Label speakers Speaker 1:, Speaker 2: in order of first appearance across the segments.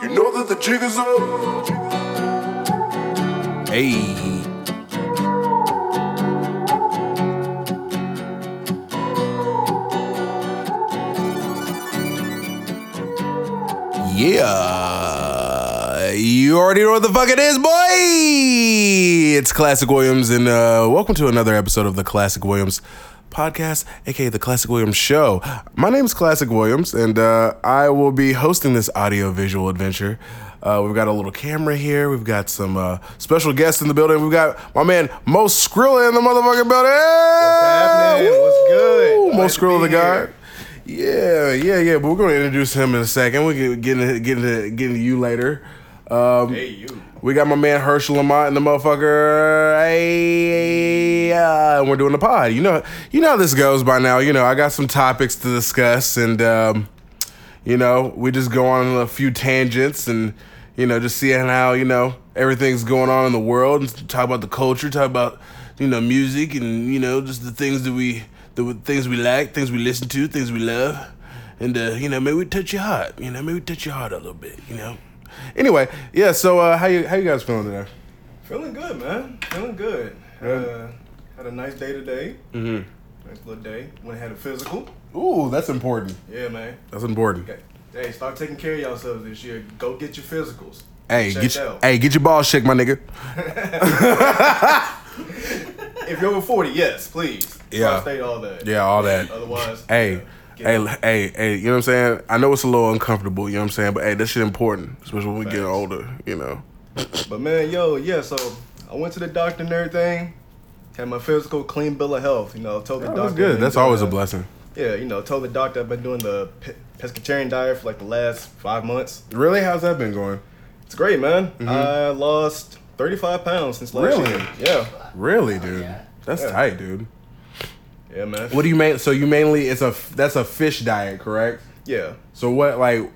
Speaker 1: that the jig is up.
Speaker 2: Hey, yeah. You already know what the fuck it is, boy. It's Classic Williams, and uh, welcome to another episode of the Classic Williams podcast, aka the Classic Williams Show. My name is Classic Williams, and uh, I will be hosting this audio visual adventure. Uh, we've got a little camera here. We've got some uh, special guests in the building. We've got my man Mo Skrilla in the motherfucking building.
Speaker 3: happening? What's
Speaker 2: Mo
Speaker 3: good? Glad to
Speaker 2: Skrilla,
Speaker 3: be
Speaker 2: the guy.
Speaker 3: here.
Speaker 2: Yeah, yeah, yeah. But we're gonna introduce him in a second. We can get into get into get into you later. Um,
Speaker 3: you.
Speaker 2: we got my man Herschel Lamont and the motherfucker. Hey, uh, and we're doing the pod. You know, you know how this goes by now. You know, I got some topics to discuss, and um, you know, we just go on a few tangents, and you know, just seeing how you know everything's going on in the world, and talk about the culture, talk about you know music, and you know, just the things that we, the things we like, things we listen to, things we love, and uh, you know, maybe we touch your heart. You know, maybe we touch your heart a little bit. You know. Anyway, yeah. So uh, how you how you guys feeling today?
Speaker 3: Feeling good, man. Feeling good. Uh, had a nice day today. Mm-hmm. Nice little day. Went and had a physical.
Speaker 2: Ooh, that's important.
Speaker 3: Yeah, man.
Speaker 2: That's important.
Speaker 3: Okay. Hey, start taking care of yourselves this year. Go get your physicals.
Speaker 2: Hey,
Speaker 3: Check
Speaker 2: get your,
Speaker 3: out.
Speaker 2: hey, get your balls shook, my nigga.
Speaker 3: If you're over 40, yes, please.
Speaker 2: Yeah.
Speaker 3: Prostate, all that.
Speaker 2: Yeah, all that.
Speaker 3: Otherwise,
Speaker 2: Hey,
Speaker 3: you know,
Speaker 2: hey, hey, hey, you know what I'm saying? I know it's a little uncomfortable, you know what I'm saying? But hey, this shit important, especially when we get
Speaker 3: Facts.
Speaker 2: older, you know.
Speaker 3: But man, yo, yeah, so I went to the doctor and everything. Had my physical, clean bill of health. You know, told the doctor.
Speaker 2: Oh, That's good.
Speaker 3: I've
Speaker 2: That's
Speaker 3: been
Speaker 2: always a
Speaker 3: doing
Speaker 2: blessing.
Speaker 3: Yeah, you know, told the doctor I've been doing the pe- pescatarian diet for like the last five months.
Speaker 2: Really? How's that been going?
Speaker 3: It's great, man. I lost 35 pounds since last
Speaker 2: Mm-hmm. Really?
Speaker 3: year. Yeah.
Speaker 2: Really, dude? That's
Speaker 3: Yeah.
Speaker 2: tight, dude.
Speaker 3: Yeah, man.
Speaker 2: What do you mean? So you mainly it's a f- that's a fish diet, correct?
Speaker 3: Yeah.
Speaker 2: So what like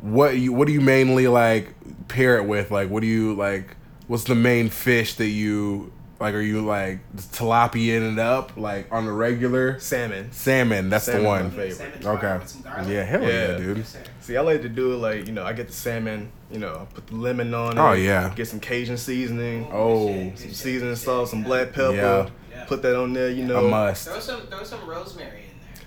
Speaker 2: what you what do you mainly like pair it with? Like what do you like what's the main fish that you like are you like tilapia it up like on the regular
Speaker 3: Salmon.
Speaker 2: salmon? That's the
Speaker 3: Salmon's my
Speaker 2: one.
Speaker 3: favorite.
Speaker 4: Salmon fried
Speaker 2: Okay.
Speaker 4: with some garlic.
Speaker 2: Yeah, hell yeah,
Speaker 3: Yeah.
Speaker 2: dude.
Speaker 4: Yes, sir.
Speaker 3: See, I like to do it like, you know, I get the salmon, you know, I put the lemon on it.
Speaker 2: Oh, yeah.
Speaker 3: Get some Cajun seasoning,
Speaker 2: Oh.
Speaker 4: Good shit, good
Speaker 3: some
Speaker 4: shit,
Speaker 3: seasoning
Speaker 4: good
Speaker 3: sauce, some
Speaker 4: shit.
Speaker 3: black pepper.
Speaker 2: Yeah.
Speaker 4: Yeah.
Speaker 3: Put that on there, you know.
Speaker 2: A must.
Speaker 4: Throw some, throw some rosemary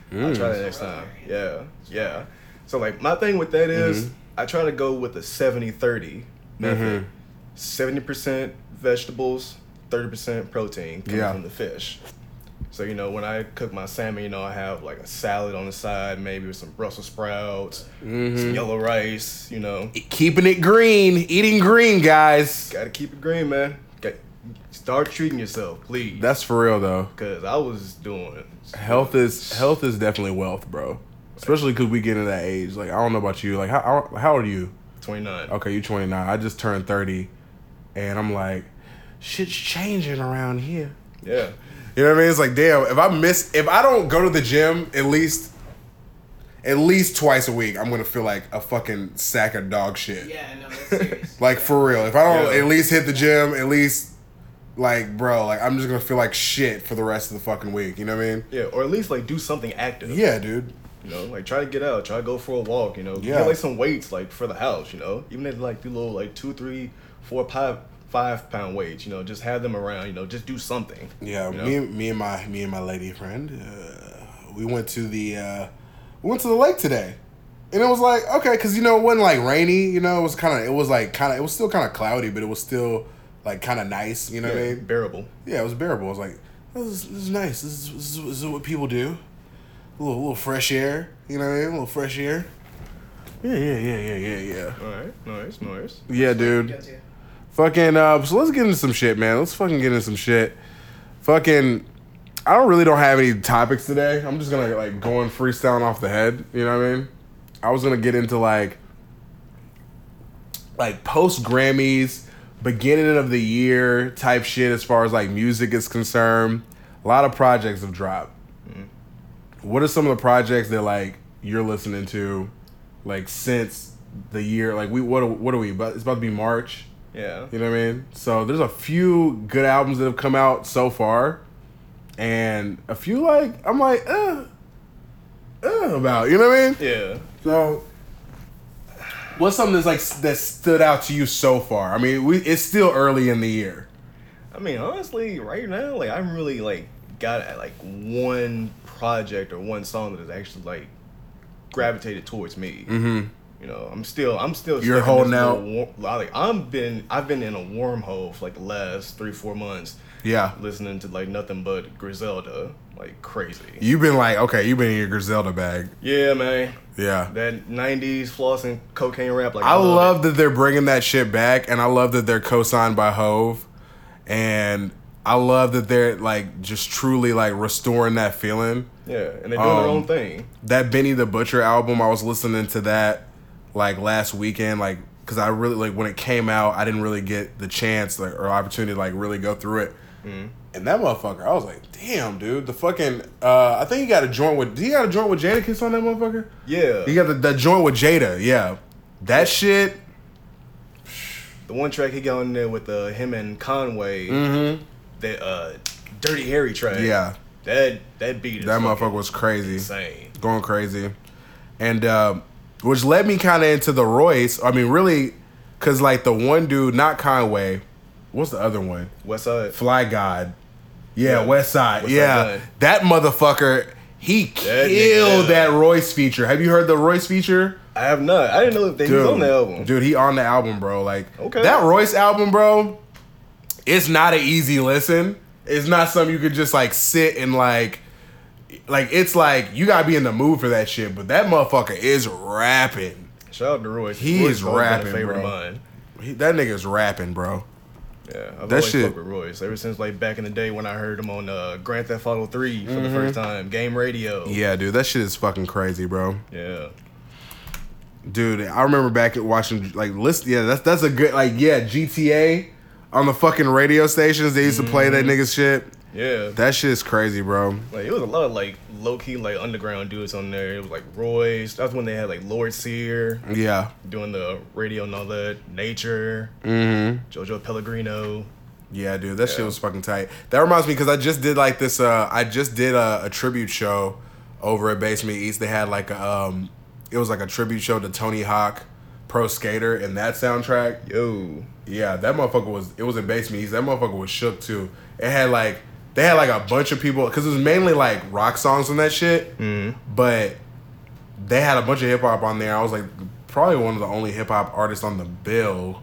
Speaker 4: in
Speaker 2: Mm.
Speaker 4: there.
Speaker 3: I'll
Speaker 2: Hmm.
Speaker 3: try that next time. Yeah. Yeah. So, like, my thing with that is
Speaker 2: Mm-hmm.
Speaker 3: I try to go with a 70 30 method 70% vegetables, 30% protein coming
Speaker 2: Yeah.
Speaker 3: from the fish. So, you know, when I cook my salmon, you know, I have like a salad on the side, maybe with some Brussels sprouts,
Speaker 2: Mm-hmm.
Speaker 4: Mm-hmm.
Speaker 3: some yellow rice, you know.
Speaker 2: Keeping it green, eating green, guys.
Speaker 3: Gotta keep it green, man. Got- start treating yourself, please.
Speaker 2: That's for real though.
Speaker 3: Because I was doing.
Speaker 2: Health is health is definitely wealth, bro. Especially cuz we get into that age. Like I don't know about you. Like how how, how old are you?
Speaker 3: 29.
Speaker 2: okay, you 29. I just turned 30, and I'm like, shit's changing around here.
Speaker 3: Yeah.
Speaker 2: You know what I mean? It's like, damn, if I miss, if I don't go to the gym at least, at least twice a week, I'm gonna feel like a fucking sack of dog shit.
Speaker 4: Yeah, no, that's serious.
Speaker 2: Like for real, if I don't
Speaker 3: Yeah.
Speaker 2: at least hit the gym, at least, like bro, like I'm just gonna feel like shit for the rest of the fucking week. You know what I mean?
Speaker 3: Yeah. Or at least, like, do something active.
Speaker 2: Yeah, dude.
Speaker 3: You know, like try to get out, try to go for a walk, you know.
Speaker 2: Yeah.
Speaker 3: Get like some weights like for the house, you know. Even if like do little like two, three, four, five five pound weights, you know, just have them around, you know, just do something.
Speaker 2: Yeah,
Speaker 3: you know?
Speaker 2: me, me and my me and my lady friend, uh, we went to the uh, we went to the lake today, and it was like okay, cause you know it wasn't like rainy, you know it was kind of it was like kind of it was still kind of cloudy, but it was still like kind of nice, you know what I
Speaker 3: yeah,
Speaker 2: mean?
Speaker 3: bearable.
Speaker 2: Yeah, it was bearable. I was like, oh, this is, this is nice. This is, this, is, this is what people do. A little little fresh air, you know what I mean? A little fresh air. Yeah, yeah, yeah, yeah, yeah, yeah.
Speaker 3: Alright, nice, nice.
Speaker 2: Yeah, dude.
Speaker 4: Go to.
Speaker 2: Fucking uh so let's get into some shit, man. Let's fucking get into some shit. Fucking I don't really don't have any topics today. I'm just gonna like go and freestyle off the head. You know what I mean? I was gonna get into like like post Grammys, beginning of the year type shit as far as like music is concerned. A lot of projects have dropped. What are some of the projects that like you're listening to, like since the year? Like we what are, what are we? But it's about to be March.
Speaker 3: Yeah.
Speaker 2: You know what I mean? So there's a few good albums that have come out so far, and a few like I'm like, uh, uh about. You know what I mean?
Speaker 3: Yeah.
Speaker 2: So What's something that's like s- that stood out to you so far? I mean, we, it's still early in the year.
Speaker 3: I mean, honestly, right now, like I'm really like got like one project or one song that is actually like gravitated towards me. Mm-hmm. You know, I'm still, I'm still.
Speaker 2: You're
Speaker 3: stuck in this
Speaker 2: holding
Speaker 3: little
Speaker 2: out.
Speaker 3: wor- like I'm been, I've been in a wormhole for like the last three, four months,
Speaker 2: Yeah,
Speaker 3: listening to like nothing but Griselda, like crazy.
Speaker 2: you've been like, okay, you've been in your Griselda bag.
Speaker 3: Yeah, man,
Speaker 2: Yeah,
Speaker 3: that '90s floss and cocaine rap, like
Speaker 2: I love
Speaker 3: it.
Speaker 2: that they're bringing that shit back, and I love that they're co-signed by Hove, and I love that they're like just truly like restoring that feeling.
Speaker 3: Yeah, and they're doing their
Speaker 2: Um,
Speaker 3: own thing.
Speaker 2: That Benny the Butcher album, I was listening to that like last weekend, like because I really like when it came out, I didn't really get the chance like, or opportunity to like really go through it. And that motherfucker, I was like, damn, dude, the fucking. Uh, I think he got a joint with. Do you got a joint with Jadakiss on that motherfucker?
Speaker 3: Yeah,
Speaker 2: You got the, the joint with Jada, yeah. That shit.
Speaker 3: The one track he got on there with uh, him and Conway, the uh, Dirty Harry track.
Speaker 2: Mm-hmm. Yeah.
Speaker 3: That that beat is
Speaker 2: That
Speaker 3: fucking
Speaker 2: motherfucker was crazy,
Speaker 3: insane.
Speaker 2: going crazy, and uh, which led me kind of into the Royce. I mean, really, because like the one dude, not Conway, what's the other one?
Speaker 3: West Side.
Speaker 2: Fly God, yeah,
Speaker 3: Yeah.
Speaker 2: West Side,
Speaker 3: West Side
Speaker 2: yeah,
Speaker 3: Gun.
Speaker 2: that motherfucker, he
Speaker 3: That nigga-
Speaker 2: killed that Royce feature. Have you heard the Royce feature?
Speaker 3: I have not. I didn't know that he was on the album.
Speaker 2: Dude, he on the album, bro. Like
Speaker 3: Okay.
Speaker 2: that Royce album, bro. It's not an easy listen. It's not something you could just like sit and like, like it's like you gotta be in the mood for that shit. But that mmotherfucker is rapping.
Speaker 3: Shout out to Royce.
Speaker 2: He
Speaker 3: Royce
Speaker 2: is
Speaker 3: always been a
Speaker 2: rapping,
Speaker 3: favorite
Speaker 2: bro.
Speaker 3: of mine.
Speaker 2: He, that nigga's rapping, bro.
Speaker 3: Yeah, I've
Speaker 2: That
Speaker 3: always
Speaker 2: shit-
Speaker 3: fucked with Royce ever since like back in the day when I heard him on uh, Grand Theft Auto Three for the first time, game radio.
Speaker 2: Mm-hmm. Yeah, dude, that shit is fucking crazy, bro.
Speaker 3: yeah.
Speaker 2: Dude, I remember back at watching like list. Yeah, that's that's a good like yeah GTA on the fucking radio stations. They used to play
Speaker 3: Mm-hmm.
Speaker 2: that nigga's shit.
Speaker 3: Yeah.
Speaker 2: That shit is crazy, bro.
Speaker 3: Like it was a lot of like low key like underground dudes on there. It was like Royce. That's when they had like Lord Sear.
Speaker 2: Yeah.
Speaker 3: doing the radio and all that. Nature,
Speaker 2: Mm-hmm.
Speaker 3: Jojo Pellegrino.
Speaker 2: Yeah, dude, that shit was fucking tight. That reminds me because I just did like this. Uh, I just did a, a tribute show over at Basement East. They had like a, um, it was like a tribute show to Tony Hawk, Pro Skater, and that soundtrack.
Speaker 3: Yo,
Speaker 2: Yeah, that motherfucker was. It was in Basement East. That motherfucker was shook too. It had like they had like a bunch of people because it was mainly like rock songs and that shit.
Speaker 3: Mm-hmm.
Speaker 2: Mm. But they had a bunch of hip hop on there. I was like probably one of the only hip hop artists on the bill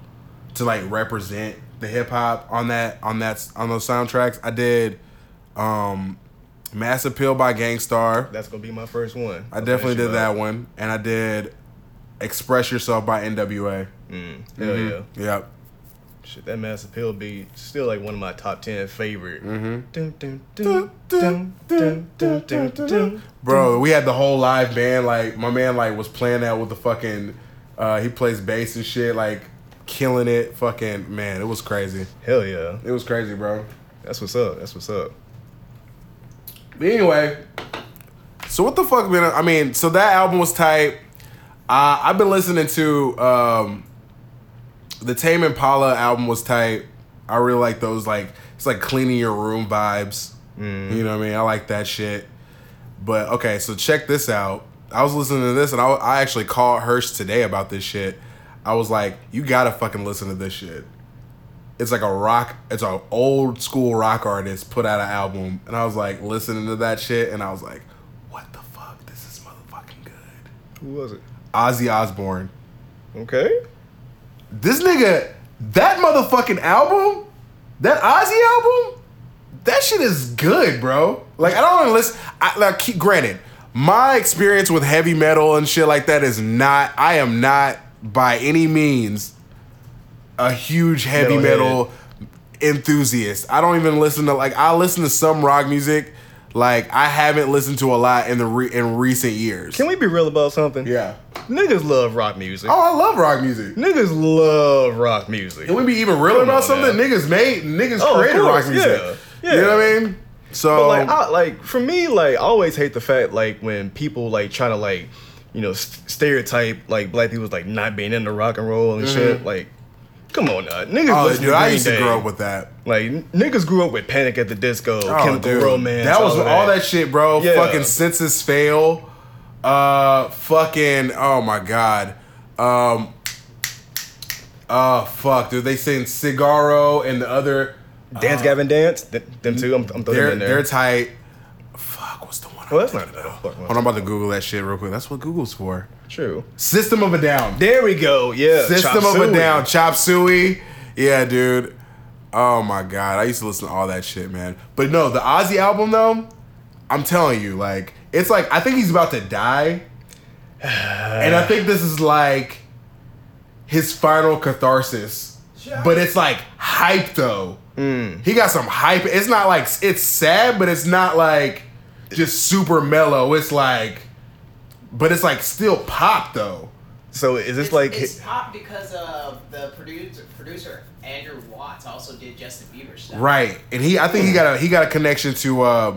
Speaker 2: to like represent the hip hop on that on that on those soundtracks. I did um Mass Appeal by Gangstar.
Speaker 3: that's gonna be my first one.
Speaker 2: I definitely did that one, and I did Express Yourself by N.W.A.
Speaker 3: Mm. Hell
Speaker 2: Mm-hmm.
Speaker 3: yeah,
Speaker 2: Yep.
Speaker 3: shit. That Mass Appeal beat still like one of my top ten favorite.
Speaker 2: Mm-hmm.
Speaker 3: Dun, dun, dun, dun, dun, dun, dun, dun.
Speaker 2: Bro, we had the whole live band. Like my man, like was playing that with the fucking. Uh, he plays bass and shit, like killing it. Fucking man, it was crazy.
Speaker 3: Hell yeah,
Speaker 2: It was crazy, bro.
Speaker 3: that's what's up. That's what's up.
Speaker 2: But anyway, so what the fuck been? I mean, so that album was tight. Uh, I've been listening to um, the Tame Impala album was tight. I really like those like it's like cleaning your room vibes. You know what I mean? I like that shit. But okay, so check this out. I was listening to this and I, I actually called Hirsch today about this shit. I was like, you gotta fucking listen to this shit. It's like a rock, it's an old school rock artist put out an album. And I was like, listening to that shit and I was like, what the fuck? This is motherfucking good.
Speaker 3: Who was it?
Speaker 2: Ozzy Osbourne.
Speaker 3: Okay.
Speaker 2: This nigga, that motherfucking album, that Ozzy album, that shit is good, bro. Like I don't want to listen. I, like, keep, granted, my experience with heavy metal and shit like that is not. I am not by any means a huge heavy
Speaker 3: Metalhead.
Speaker 2: metal enthusiast. I don't even listen to like I listen to some rock music. Like I haven't listened to a lot in the re- in recent years.
Speaker 3: Can we be real about something?
Speaker 2: yeah.
Speaker 3: Niggas love rock music.
Speaker 2: Oh, I love rock music.
Speaker 3: Niggas love rock music.
Speaker 2: Can we be even real about
Speaker 3: on
Speaker 2: something?
Speaker 3: now.
Speaker 2: Niggas made niggas
Speaker 3: Oh, of
Speaker 2: created
Speaker 3: course,
Speaker 2: rock music.
Speaker 3: yeah,
Speaker 2: You
Speaker 3: yeah.
Speaker 2: know what I mean? So
Speaker 3: But like, I, like for me, like I always hate the fact like when people like try to like, you know, st- stereotype like black people as, like not being into rock and roll and shit. Like, come on, now. niggas.
Speaker 2: Mm-hmm. oh,
Speaker 3: listen
Speaker 2: dude, I
Speaker 3: Green
Speaker 2: used to
Speaker 3: Day.
Speaker 2: grow up with that.
Speaker 3: Like n- niggas grew up with Panic at the Disco,
Speaker 2: Oh,
Speaker 3: Chemical
Speaker 2: dude.
Speaker 3: Romance.
Speaker 2: That was
Speaker 3: of
Speaker 2: all that shit, bro.
Speaker 3: Yeah.
Speaker 2: Fucking census fail. Uh, fucking. Oh my god. Um, Oh fuck, dude! They send Cigaro and the other.
Speaker 3: Dance Gavin Dance, th- them two. I'm, I'm throwing them
Speaker 2: They're
Speaker 3: in
Speaker 2: they're
Speaker 3: there.
Speaker 2: tight. Fuck, what's the one?
Speaker 3: well,
Speaker 2: I'm
Speaker 3: that's not a
Speaker 2: thinking
Speaker 3: bad
Speaker 2: of?
Speaker 3: fuck
Speaker 2: Hold on, I'm about to Google that shit real quick. That's what Google's for.
Speaker 3: True.
Speaker 2: System of a Down.
Speaker 3: There we go. Yeah.
Speaker 2: System
Speaker 3: Chop
Speaker 2: of a
Speaker 3: Suey.
Speaker 2: Down, Chop Suey. Yeah, dude. Oh my god, I used to listen to all that shit, man. But no, the Ozzy album though, I'm telling you, like it's like I think he's about to die, and I think this is like his final catharsis. But it's like hype though.
Speaker 3: Mm.
Speaker 2: He got some hype. It's not like it's sad, but it's not like just super mellow. It's like, but it's like still pop though.
Speaker 3: So is this like?
Speaker 4: it's pop because of the producer, producer Andrew Watts also did Justin Bieber stuff.
Speaker 2: Right, and he I think he got a he got a connection to uh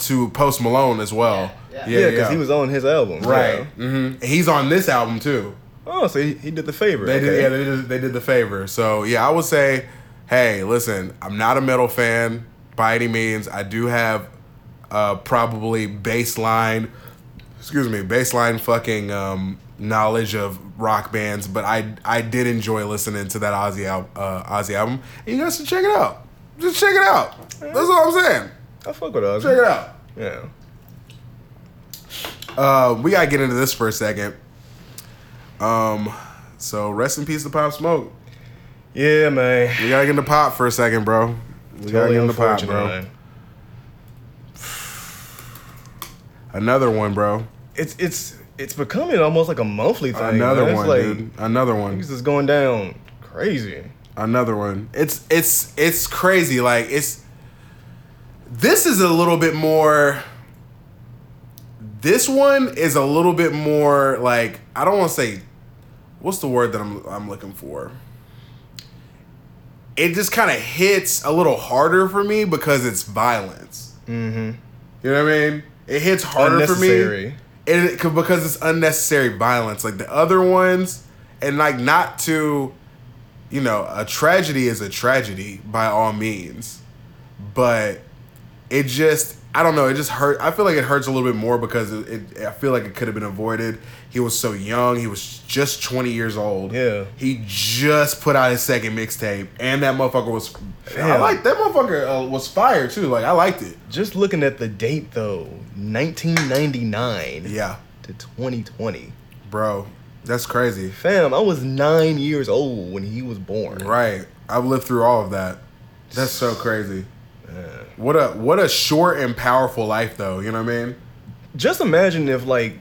Speaker 2: to Post Malone as well.
Speaker 4: Yeah, yeah.
Speaker 3: yeah, because he was on his album.
Speaker 2: right.
Speaker 3: yeah.
Speaker 2: hmm He's on this album too.
Speaker 3: Oh, so he, he did the favor.
Speaker 2: They did
Speaker 3: okay.
Speaker 2: yeah they did, they did the favor. So yeah, I would say, hey, listen, I'm not a metal fan by any means. I do have uh probably baseline, excuse me, baseline fucking um knowledge of rock bands, but I I did enjoy listening to that Ozzy al- uh, Ozzy album. And you guys should check it out. Just check it out. That's all I'm saying.
Speaker 3: I fuck with us.
Speaker 2: Check it out.
Speaker 3: Yeah.
Speaker 2: Uh, we gotta get into this for a second. Um, so rest in peace to Pop Smoke.
Speaker 3: Yeah, man.
Speaker 2: We gotta get into Pop for a second, bro. We gotta
Speaker 3: Totally
Speaker 2: get into Pop,
Speaker 3: unfortunate,
Speaker 2: bro.
Speaker 3: man.
Speaker 2: Another one, bro.
Speaker 3: It's it's it's becoming almost like a monthly thing.
Speaker 2: Another
Speaker 3: man. It's
Speaker 2: one,
Speaker 3: like,
Speaker 2: dude. Another one.
Speaker 3: Niggas is going down crazy.
Speaker 2: Another one. It's it's it's crazy. Like it's. This is a little bit more. This one is a little bit more like I don't want to say, what's the word that I'm I'm looking for. it just kind of hits a little harder for me because it's violence. Mm-hmm. You know what I mean? It hits harder for me
Speaker 3: Unnecessary.
Speaker 2: and it, 'cause- because it's unnecessary violence. Like the other ones, and like not to, you know, a tragedy is a tragedy by all means, but it just I don't know. It just hurt. I feel like it hurts a little bit more because it. it I feel like it could have been avoided. He was so young. He was just twenty years old.
Speaker 3: Yeah.
Speaker 2: He just put out his second mixtape, and that motherfucker was. I
Speaker 3: Yeah.
Speaker 2: like that motherfucker uh, was fire too. Like I liked it.
Speaker 3: Just looking at the date though, 1999
Speaker 2: Yeah,
Speaker 3: to 2020.
Speaker 2: bro, that's crazy.
Speaker 3: Fam, I was nine years old when he was born.
Speaker 2: Right, I've lived through all of that. That's so crazy. What a what a short and powerful life though. You know what I mean?
Speaker 3: Just imagine if like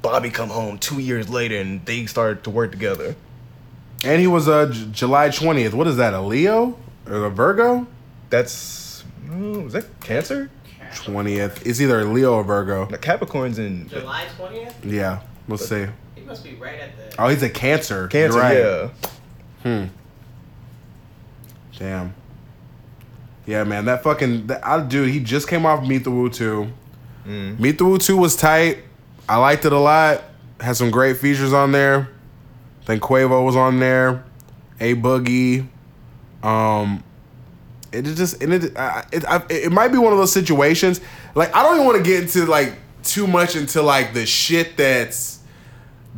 Speaker 3: Bobby come home two years later and they started to work together.
Speaker 2: And he was uh, J- July twentieth. What is that? A Leo or a Virgo?
Speaker 3: That's oh, is that Cancer?
Speaker 2: Twentieth. It's either a Leo or Virgo.
Speaker 3: No, Capricorn's in
Speaker 4: July twentieth.
Speaker 2: Yeah, we'll see.
Speaker 4: He must be right at the.
Speaker 2: Oh, he's a Cancer. You're
Speaker 3: Cancer.
Speaker 2: right.
Speaker 3: Yeah.
Speaker 2: Damn. Yeah, man, that fucking that, I, dude, he just came off Meet the Woo two. Meet the Woo two was tight. I liked it a lot. Had some great features on there. Then Quavo was on there. A Boogie. Um, it is just and it I, it, I, it might be one of those situations. Like I don't even want to get into like too much into like the shit that's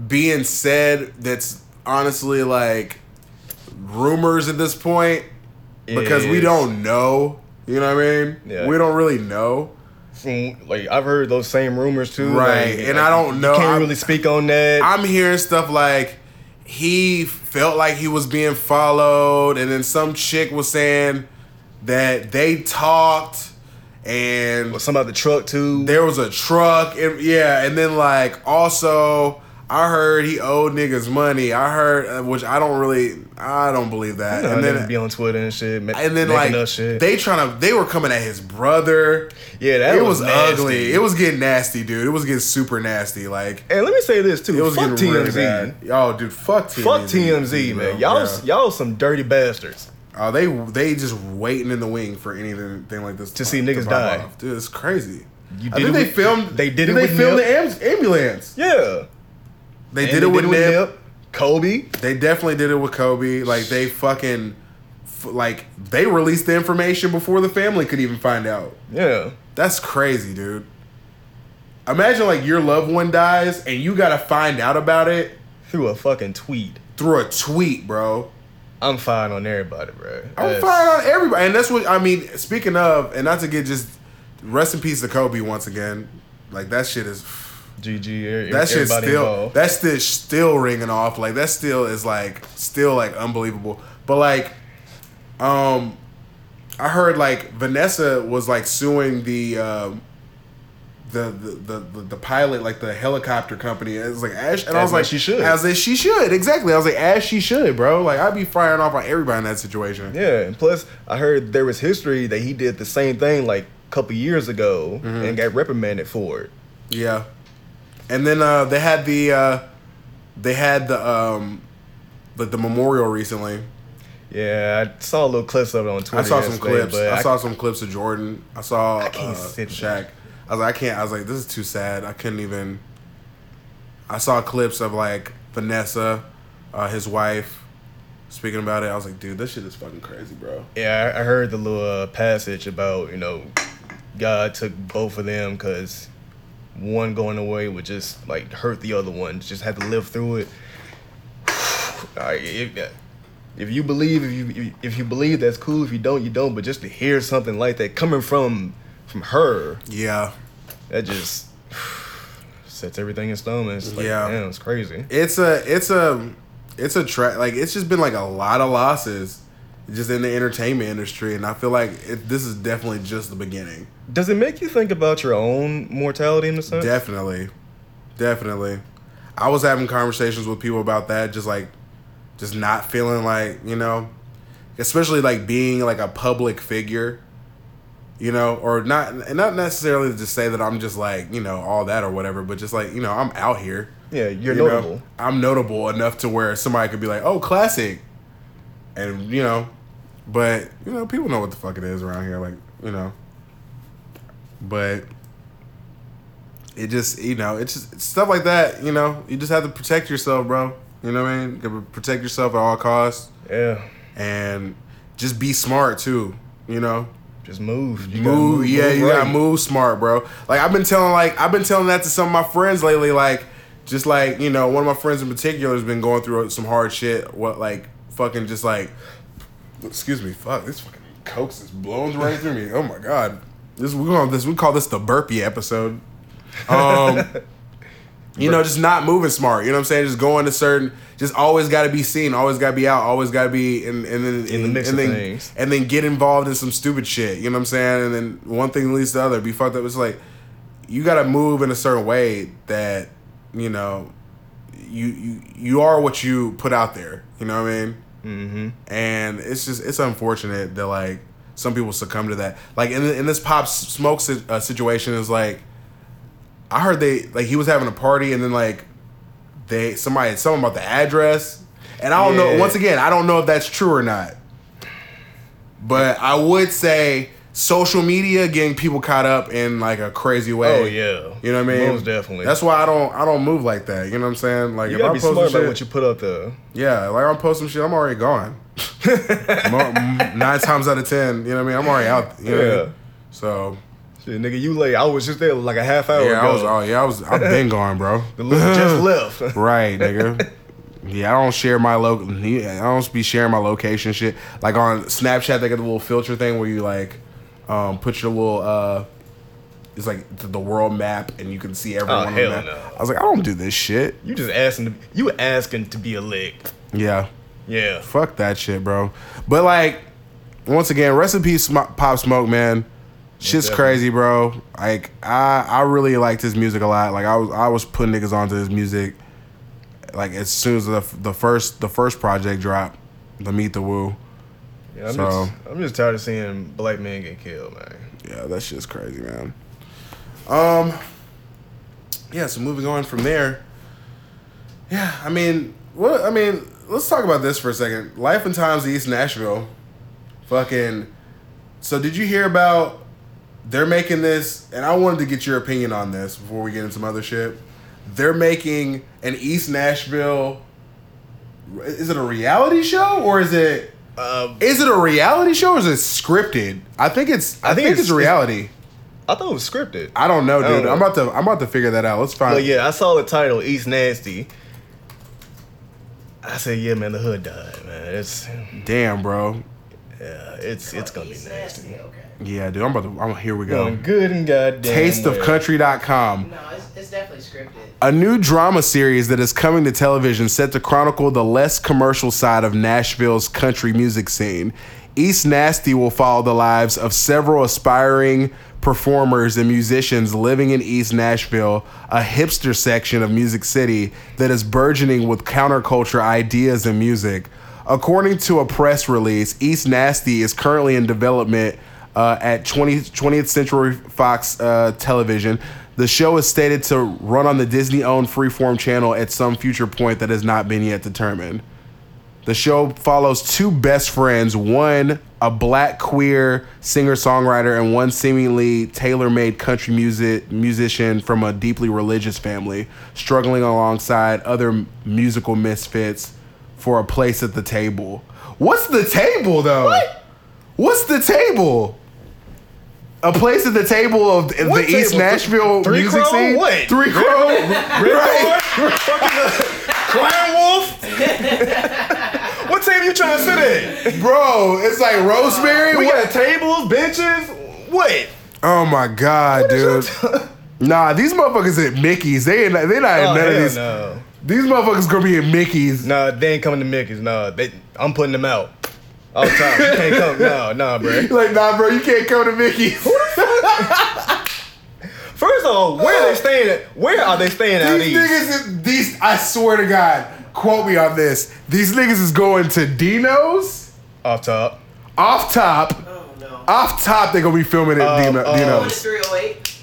Speaker 2: being said. That's honestly like rumors at this point because we
Speaker 3: Yes.
Speaker 2: don't know. You know what I mean?
Speaker 3: Yeah.
Speaker 2: We don't really know.
Speaker 3: From, like I've heard those same rumors too.
Speaker 2: Right,
Speaker 3: like,
Speaker 2: and I don't know,
Speaker 3: You can't
Speaker 2: I'm-
Speaker 3: really speak on that.
Speaker 2: I'm hearing stuff like he felt like he was being followed, and then some chick was saying that they talked and
Speaker 3: Some about the truck too.
Speaker 2: there was a truck and yeah and then like also i heard he owed niggas money i heard uh, which i don't really i don't believe that
Speaker 3: and
Speaker 2: and
Speaker 3: then be
Speaker 2: then
Speaker 3: on Twitter and shit. ma-
Speaker 2: and then
Speaker 3: making
Speaker 2: like
Speaker 3: up shit.
Speaker 2: they trying to they were coming at his brother
Speaker 3: yeah, that
Speaker 2: it was,
Speaker 3: nasty.
Speaker 2: ugly it was getting nasty dude it was getting super nasty like
Speaker 3: And let me say this too.
Speaker 2: it was
Speaker 3: fuck
Speaker 2: getting really
Speaker 3: TMZ.
Speaker 2: bad. oh dude fuck tmz
Speaker 3: Fuck TMZ,
Speaker 2: bro.
Speaker 3: man. Y'all,
Speaker 2: Yeah.
Speaker 3: y'all some dirty bastards.
Speaker 2: Oh, they they just waiting in the wing for anything thing like this to,
Speaker 3: see
Speaker 2: pop-
Speaker 3: niggas
Speaker 2: pop
Speaker 3: die.
Speaker 2: off. Dude, it's crazy.
Speaker 3: You
Speaker 2: I
Speaker 3: did
Speaker 2: think
Speaker 3: it
Speaker 2: they
Speaker 3: with-
Speaker 2: filmed.
Speaker 3: they did it
Speaker 2: They
Speaker 3: with
Speaker 2: filmed
Speaker 3: Nip.
Speaker 2: the am- ambulance.
Speaker 3: Yeah,
Speaker 2: They
Speaker 3: And
Speaker 2: did it with Nip.
Speaker 3: Kobe.
Speaker 2: They definitely did it with Kobe. Like they fucking, f- like they released the information before the family could even find out.
Speaker 3: Yeah,
Speaker 2: That's crazy, dude. Imagine like your loved one dies and you gotta find out about it
Speaker 3: through a fucking tweet.
Speaker 2: through a tweet, bro.
Speaker 3: I'm fine on everybody, bro.
Speaker 2: I'm
Speaker 3: That's-
Speaker 2: fine on everybody, and that's what I mean. Speaking of, and not to get just rest in peace to Kobe once again. Like that shit is
Speaker 3: GG. er-
Speaker 2: that shit's
Speaker 3: everybody
Speaker 2: still
Speaker 3: involved.
Speaker 2: that shit's still ringing off. Like that still is like still like unbelievable. But like, um, I heard like Vanessa was like suing the. Um, the, the, the, the pilot like the helicopter company it was like Ash and I
Speaker 3: As
Speaker 2: was like
Speaker 3: she should.
Speaker 2: as if she should exactly I was like as she should bro like I'd be firing off on everybody in that situation
Speaker 3: Yeah, and plus I heard there was history that he did the same thing like a couple years ago
Speaker 2: Mm-hmm.
Speaker 3: and got reprimanded for it.
Speaker 2: Yeah. And then uh, they had the uh, they had the um the, the memorial recently.
Speaker 3: Yeah, I saw a little clips of it on Twitter.
Speaker 2: I saw some
Speaker 3: yesterday,
Speaker 2: clips.
Speaker 3: but
Speaker 2: I saw some clips of Jordan. I saw
Speaker 3: I can't
Speaker 2: uh,
Speaker 3: sit with
Speaker 2: Shaq. I was like, I can't. I was like, this is too sad. I couldn't even. I saw clips of like Vanessa, uh, his wife, speaking about it. I was like, dude, this shit is fucking crazy, bro.
Speaker 3: Yeah, I I heard the little uh, passage about you know God took both of them because one going away would just like hurt the other one. Just had to live through it. I- if, if you believe, if you if you believe, that's cool. If you don't, you don't. But just to hear something like that coming from from her,
Speaker 2: Yeah.
Speaker 3: that just sets everything in stone. man. It's like,
Speaker 2: Yeah.
Speaker 3: damn, it's crazy.
Speaker 2: it's a it's a it's a track like it's just been like a lot of losses just in the entertainment industry and i feel like it, this is definitely just the beginning
Speaker 3: Does it make you think about your own mortality in the sense?
Speaker 2: definitely definitely i was having conversations with people about that just like just not feeling like you know especially like being like a public figure you know or not and not necessarily to say that i'm just like you know all that or whatever but just like you know i'm out here
Speaker 3: yeah, you're
Speaker 2: you know,
Speaker 3: notable.
Speaker 2: I'm notable enough to where somebody could be like, "Oh, classic," and you know, but you know, people know what the fuck it is around here, like you know. But it just, you know, it's just stuff like that. You know, you just have to protect yourself, bro. You know what I mean? You gotta protect yourself at all costs,
Speaker 3: Yeah.
Speaker 2: and just be smart too. You know,
Speaker 3: Just move. You gotta
Speaker 2: move, yeah, you gotta
Speaker 3: right.
Speaker 2: move smart, bro. Like I've been telling, like I've been telling that to some of my friends lately. Like, just like you know, one of my friends in particular has been going through some hard shit. What like fucking just like, excuse me, fuck this fucking cokes is blowing right through me. Oh my god, this we call this we call this the burpee episode. Um, you know, just not moving smart. You know what I'm saying? Just going to certain, just always got to be seen, always got to be out, always got to be in, and then
Speaker 3: In the mix
Speaker 2: and
Speaker 3: of
Speaker 2: then,
Speaker 3: things.
Speaker 2: and then get involved in some stupid shit. You know what I'm saying? And then one thing leads to the other. Be fucked up. It's like you got to move in a certain way that you know you you you are what you put out there. You know what I mean? Mm-hmm. And it's just it's unfortunate that like some people succumb to that. Like in in this pop smoke si- uh, situation is like. I heard they like he was having a party and then like they somebody had something about the address and I don't know
Speaker 3: Yeah.
Speaker 2: once again I don't know if that's true or not. But I would say social media getting people caught up in like a crazy way.
Speaker 3: Oh yeah.
Speaker 2: You know what I mean?
Speaker 3: Most definitely.
Speaker 2: That's why I don't I don't move like that. You know what I'm saying? Like
Speaker 3: you
Speaker 2: if
Speaker 3: gotta
Speaker 2: I'm
Speaker 3: be
Speaker 2: posting
Speaker 3: smart about
Speaker 2: shit,
Speaker 3: what you put up there.
Speaker 2: yeah, like I'm posting shit, I'm already gone. Mo- Nine times out of ten, you know what I mean? I'm already out. You know what I mean?
Speaker 3: Yeah.
Speaker 2: So
Speaker 3: Shit, nigga, you late. I was just there like a half hour
Speaker 2: yeah,
Speaker 3: ago.
Speaker 2: I was oh yeah, I was I've been gone, bro.
Speaker 3: The little just left.
Speaker 2: Right, nigga. Yeah, I don't share my loc. yeah, I don't be sharing my location shit. Like on Snapchat, they got the little filter thing where you like, um, put your little uh, it's like the, the world map, and you can see everyone. on
Speaker 3: Oh, hell
Speaker 2: that.
Speaker 3: no.
Speaker 2: I was like, I don't do this shit.
Speaker 3: You just asking to you asking to be a lick.
Speaker 2: Yeah,
Speaker 3: Yeah.
Speaker 2: fuck that shit, bro. But like, once again, rest in peace, Sm- Pop Smoke, man. Shit's
Speaker 3: Definitely.
Speaker 2: crazy, bro. Like I, I really liked his music a lot. Like I was, I was putting niggas onto his music. Like as soon as the the first the first project dropped, the Meet the Woo.
Speaker 3: yeah I'm,
Speaker 2: So-
Speaker 3: just, I'm just tired of seeing black men get killed, man.
Speaker 2: Yeah, that shit's crazy, man. Um, yeah. So moving on from there. Yeah, I mean, what? I mean, let's talk about this for a second. Life and Times of East Nashville, fucking. So did you hear about? They're making this, and I wanted to get your opinion on this before we get into some other shit. They're making an East Nashville. Is it a reality show or is it?
Speaker 3: Uh,
Speaker 2: Is it a reality show or is it scripted? I think it's. I,
Speaker 3: think
Speaker 2: think,
Speaker 3: it's- Oh.
Speaker 2: it's, reality.
Speaker 3: I thought it was scripted.
Speaker 2: I don't know, dude.
Speaker 3: I don't know.
Speaker 2: I'm about to. I'm about to figure that out. Let's find.
Speaker 3: But yeah, I saw the title East Nasty. I said, yeah, man, the hood died, man. It's
Speaker 2: Damn, bro.
Speaker 3: yeah, it's it's gonna be
Speaker 4: He's
Speaker 3: nasty.
Speaker 4: Okay.
Speaker 2: Yeah, dude. I'm about to. I'm, here we go.
Speaker 3: Going good and goddamn. well.
Speaker 2: Tasteofcountry.com.
Speaker 4: No, it's, it's definitely scripted.
Speaker 2: A new drama series that is coming to television set to chronicle the less commercial side of Nashville's country music scene. East Nasty will follow the lives of several aspiring performers and musicians living in East Nashville, a hipster section of Music City that is burgeoning with counterculture ideas and music. According to a press release, East Nasty is currently in development uh, at 20, 20th Century Fox uh, Television. The show is stated to run on the Disney owned freeform channel at some future point that has not been yet determined. The show follows two best friends, one a black queer singer songwriter and one seemingly tailor made country music musician from a deeply religious family, struggling alongside other musical misfits for a place at the table. What's the table though? What's the table? A place at the table of the
Speaker 3: What
Speaker 2: East
Speaker 3: table?
Speaker 2: Nashville
Speaker 3: Three
Speaker 2: music
Speaker 3: Crow?
Speaker 2: scene.
Speaker 3: What?
Speaker 2: Three Crow, right?
Speaker 3: Crying wolf. what table you trying to sit at?
Speaker 2: Bro, it's like Rosemary.
Speaker 3: We
Speaker 2: what?
Speaker 3: got tables, benches. What?
Speaker 2: Oh my god, dude. Nah, these motherfuckers at Mickey's. They ain't, they not at
Speaker 3: Oh,
Speaker 2: none
Speaker 3: hell
Speaker 2: of these.
Speaker 3: no.
Speaker 2: These motherfuckers gonna be at Mickey's.
Speaker 3: Nah, they ain't coming to Mickey's. Nah, they, I'm putting them out. All the time. You can't come. No, nah, bro.
Speaker 2: Like, nah, bro, you can't come to Mickey's.
Speaker 3: First of all, where are they staying at? Where are they staying out
Speaker 2: these
Speaker 3: east?
Speaker 2: niggas, is- these. I swear to God, quote me on this. These niggas is going to Dino's.
Speaker 3: Off top.
Speaker 2: Off top,
Speaker 4: Oh no.
Speaker 2: off top, they gonna be filming at
Speaker 3: Uh,
Speaker 2: Dino,
Speaker 3: uh,
Speaker 4: Going to
Speaker 2: Dino's.
Speaker 4: 308.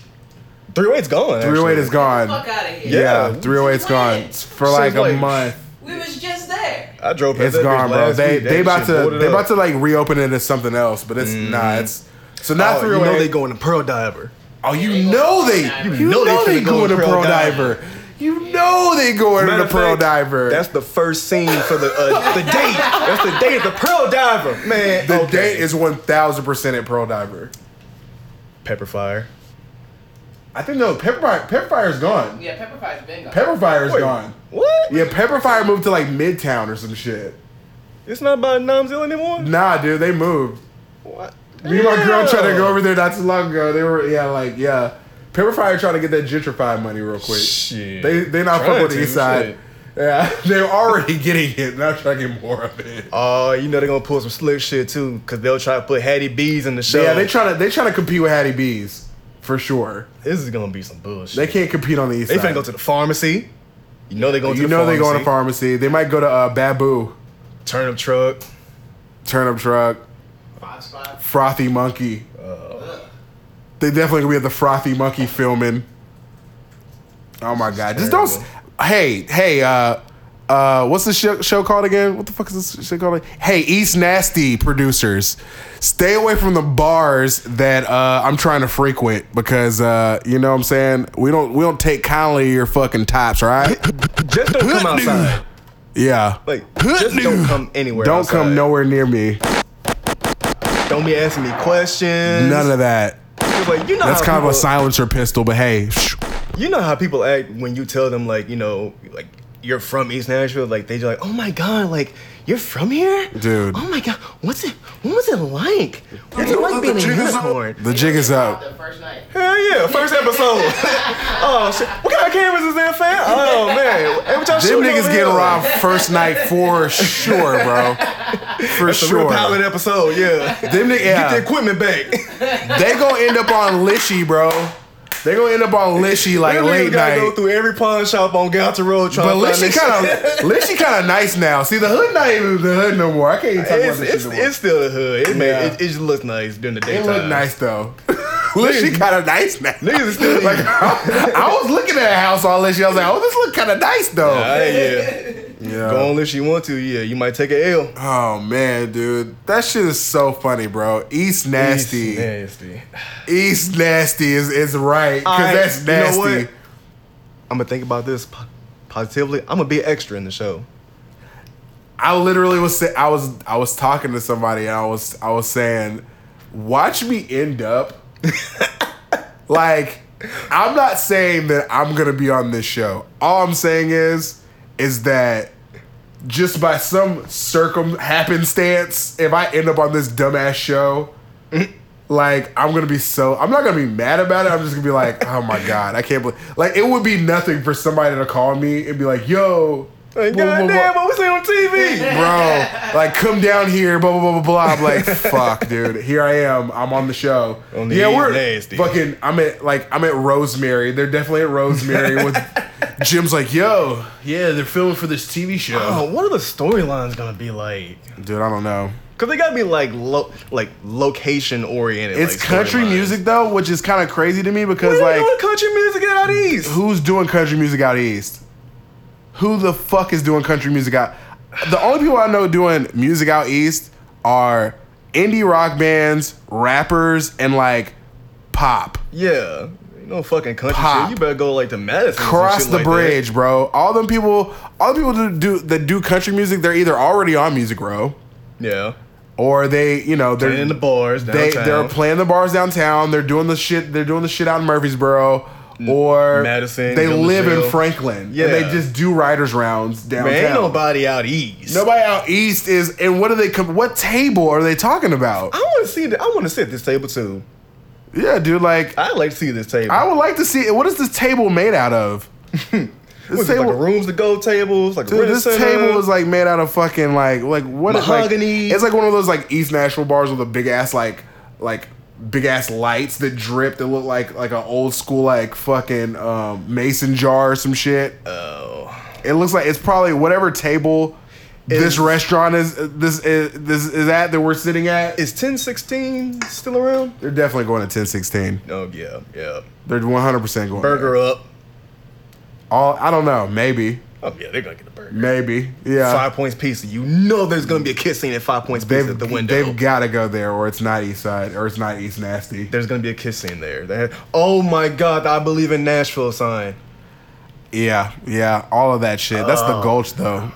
Speaker 3: Three weight's gone.
Speaker 2: Three hundred eight is
Speaker 4: Fuck
Speaker 2: gone.
Speaker 4: out of here.
Speaker 2: Yeah,
Speaker 3: Yeah.
Speaker 2: three hundred eight's gone for like
Speaker 3: Since,
Speaker 2: a
Speaker 3: like,
Speaker 2: month.
Speaker 4: We was just there.
Speaker 3: I drove past
Speaker 2: It's
Speaker 3: that
Speaker 2: gone,
Speaker 3: bitch
Speaker 2: bro.
Speaker 3: last
Speaker 2: They
Speaker 3: week. That
Speaker 2: they about
Speaker 3: shit
Speaker 2: to
Speaker 3: boarded
Speaker 2: they
Speaker 3: up. Mm.
Speaker 2: about to like reopen it as something else, but it's nah. It's so not
Speaker 3: Oh,
Speaker 2: three
Speaker 3: you know
Speaker 2: hundred
Speaker 3: they
Speaker 2: eight.
Speaker 3: going to Pearl Diver.
Speaker 2: Oh, you
Speaker 4: They
Speaker 2: know
Speaker 4: go
Speaker 2: they,
Speaker 4: to Pearl Diver.
Speaker 2: you know, they,
Speaker 3: finna
Speaker 2: going to Pearl Diver. You know they going to
Speaker 3: Matter
Speaker 2: the
Speaker 3: of
Speaker 2: Pearl
Speaker 3: fact,
Speaker 2: Diver.
Speaker 3: That's the first scene for the uh, the date. That's the date. The Pearl Diver. Man,
Speaker 2: the
Speaker 3: okay.
Speaker 2: date is one thousand percent at Pearl Diver.
Speaker 3: Pepper Fire.
Speaker 2: I think no, Pepper Pepper Fire's gone.
Speaker 4: Yeah, Pepper Pie's been gone.
Speaker 2: Pepper Fire's
Speaker 3: Wait,
Speaker 2: gone.
Speaker 3: What?
Speaker 2: Yeah, Pepper Fire moved to like Midtown or some shit.
Speaker 3: It's not by Namzil anymore.
Speaker 2: Nah, dude, they moved.
Speaker 3: What?
Speaker 2: Me and my girl
Speaker 3: Damn.
Speaker 2: tried to go over there not too long ago. They were yeah, like yeah. Pepper Fire trying to get that gentrified money real quick.
Speaker 3: Shit.
Speaker 2: They they not
Speaker 3: Trying
Speaker 2: fucking with the
Speaker 3: to,
Speaker 2: East Side.
Speaker 3: shit.
Speaker 2: Yeah, they're already getting it. Now trying to get more of it.
Speaker 3: Oh, you know they're gonna pull some slick shit too, cause they'll try to put Hattie B's in the show.
Speaker 2: Yeah, they trying to they trying to compete with Hattie B's for sure.
Speaker 3: This is gonna be some bullshit.
Speaker 2: They can't compete on the East
Speaker 3: They
Speaker 2: Side.
Speaker 3: finna go to the pharmacy. You know they going to
Speaker 2: you
Speaker 3: the
Speaker 2: know
Speaker 3: pharmacy.
Speaker 2: they go to pharmacy. They might go to uh, Babu,
Speaker 3: Turnip truck.
Speaker 2: Turnip Truck,
Speaker 4: Five spot.
Speaker 2: Frothy Monkey.
Speaker 3: Uh,
Speaker 2: They definitely gonna be at the Frothy Monkey filming. Oh my god! Just don't. s- Hey, hey. uh uh, what's the show, show called again? What the fuck is this shit called? Hey, East Nasty producers, stay away from the bars that uh, I'm trying to frequent because uh, you know what I'm saying we don't we don't take kindly to your fucking tops, right?
Speaker 3: Just don't come outside.
Speaker 2: Yeah.
Speaker 3: Like, just don't come anywhere.
Speaker 2: Don't
Speaker 3: outside.
Speaker 2: come nowhere near me.
Speaker 3: Don't be asking me questions.
Speaker 2: None of that.
Speaker 3: It's like, you know
Speaker 2: That's
Speaker 3: how
Speaker 2: kind of
Speaker 3: people,
Speaker 2: a silencer pistol, but hey, shh.
Speaker 3: You know how people act when you tell them like you know like you're from East Nashville. Like they just like, oh my god, like you're from here,
Speaker 2: Dude.
Speaker 3: Oh my god, what's it? What was it like? What's it like being a unicorn?
Speaker 2: the jig is up.
Speaker 4: The first night.
Speaker 3: Hell yeah, first episode. oh shit, what kind of cameras is that, fam? Oh man, hey, what y'all
Speaker 2: Them
Speaker 3: shooting
Speaker 2: niggas
Speaker 3: over
Speaker 2: get
Speaker 3: here?
Speaker 2: robbed first night for sure, bro. For
Speaker 3: It's a
Speaker 2: sure.
Speaker 3: real pilot episode, yeah.
Speaker 2: Them niggas,
Speaker 3: Get
Speaker 2: yeah,
Speaker 3: the equipment back.
Speaker 2: they gonna end up on Lishy, bro. They gonna end up on Lishy like
Speaker 3: Them niggas
Speaker 2: late
Speaker 3: gotta go
Speaker 2: night.
Speaker 3: through every pawn shop on Galton Road trying
Speaker 2: But
Speaker 3: to find
Speaker 2: Lishy
Speaker 3: this
Speaker 2: kind
Speaker 3: shit.
Speaker 2: of Lishy kind of nice now. See, the hood not even the hood no more. I can't even talk
Speaker 3: It's,
Speaker 2: about this shit
Speaker 3: it's,
Speaker 2: no more.
Speaker 3: it's still the hood. It, may-
Speaker 2: Yeah.
Speaker 3: it, it just looks nice during the daytime.
Speaker 2: It looked nice though. Lishy kind of nice now.
Speaker 3: Niggas is still
Speaker 2: Like, I, was looking at a house all this year. I was like, oh, this look kind of nice though.
Speaker 3: Ah, yeah.
Speaker 2: Yeah.
Speaker 3: Go on if you want to. Yeah, you might take a L.
Speaker 2: Oh man, dude, that shit is so funny, bro. East
Speaker 3: It's
Speaker 2: nasty,
Speaker 3: Nasty.
Speaker 2: East nasty is is right because
Speaker 3: Alright,
Speaker 2: that's
Speaker 3: you know
Speaker 2: nasty.
Speaker 3: what? I'm gonna think about this po- positively. I'm gonna be an extra in the show.
Speaker 2: I literally was say, I was I was talking to somebody and I was I was saying, watch me end up like I'm not saying that I'm gonna be on this show. All I'm saying is is that just by some circum happenstance, if I end up on this dumbass show, like I'm gonna be so I'm not gonna be mad about it. I'm just gonna be like, oh my god, I can't believe like it would be nothing for somebody to call me and be like, yo, blah,
Speaker 3: Like,
Speaker 2: blah, blah,
Speaker 3: goddamn,
Speaker 2: blah."
Speaker 3: what we see on TV?
Speaker 2: bro, like come down here, blah blah blah blah blah. I'm like, fuck, dude, here I am. I'm on the show.
Speaker 3: On the E
Speaker 2: yeah, we're
Speaker 3: nasty.
Speaker 2: fucking. I'm at like I'm at Rosemary. They're definitely at Rosemary with. Jim's like, yo, yeah, they're filming for this TV show.
Speaker 3: Oh, what are the storylines gonna be like?
Speaker 2: Dude, I don't know.
Speaker 3: Cause they gotta be like lo- like location oriented.
Speaker 2: It's country music though, which is kind of crazy to me because
Speaker 3: like storylines. They
Speaker 2: like,
Speaker 3: doing country music out east.
Speaker 2: who's doing country music out east? Who the fuck is doing country music out? The only people I know doing music out east are indie rock bands, rappers, and like pop.
Speaker 3: Yeah, you know fucking country
Speaker 2: Pop.
Speaker 3: shit. You better go like to Madison. and
Speaker 2: Cross
Speaker 3: shit
Speaker 2: the
Speaker 3: like that.
Speaker 2: bridge, bro. All them people, all the people that do that do country music, they're either already on Music Row
Speaker 3: Yeah,
Speaker 2: or they, you know, they're
Speaker 3: and in the bars
Speaker 2: They
Speaker 3: downtown.
Speaker 2: they're playing the bars downtown. They're doing the shit. They're doing the shit out in Murfreesboro or
Speaker 3: Madison,
Speaker 2: They
Speaker 3: Gilligan.
Speaker 2: live in Franklin. Yeah,
Speaker 3: Yeah.
Speaker 2: they just do riders rounds downtown.
Speaker 3: Man, ain't nobody out east.
Speaker 2: Nobody out east is. And what are they? com- What table are they talking about?
Speaker 3: I want to see. The, I want to sit at this table too.
Speaker 2: Yeah, dude. Like
Speaker 3: I like to see this table.
Speaker 2: I would like to see. What is this table made out of?
Speaker 3: What
Speaker 2: this
Speaker 3: is it,
Speaker 2: table.
Speaker 3: like a rooms to go tables. Like a
Speaker 2: Dude,
Speaker 3: rent
Speaker 2: this
Speaker 3: center?
Speaker 2: table is like made out of fucking like like what like-
Speaker 3: Mahogany.
Speaker 2: it's like one of those like East Nashville bars with a big ass like like big ass lights that drip that look like like an old school like fucking um, mason jar or some shit.
Speaker 3: Oh,
Speaker 2: It looks like it's probably whatever table this
Speaker 3: Is-
Speaker 2: restaurant is this is this is at that we're sitting at.
Speaker 3: is ten sixteen still around?
Speaker 2: They're definitely going to ten sixteen.
Speaker 3: Oh yeah, yeah.
Speaker 2: They're one hundred percent going.
Speaker 3: Burger
Speaker 2: there.
Speaker 3: up.
Speaker 2: All I don't know. Maybe
Speaker 3: Oh yeah, they're gonna get a burger.
Speaker 2: maybe yeah.
Speaker 3: Five points pizza. You know there's gonna be a kiss scene at five points pizza at the window.
Speaker 2: They've got to go there, or it's not East Side, or it's not East Nasty.
Speaker 3: there's gonna be a kiss scene there. They had, oh my god, I believe in Nashville sign.
Speaker 2: Yeah, yeah, all of that shit. That's the
Speaker 3: Oh.
Speaker 2: Gulch, though.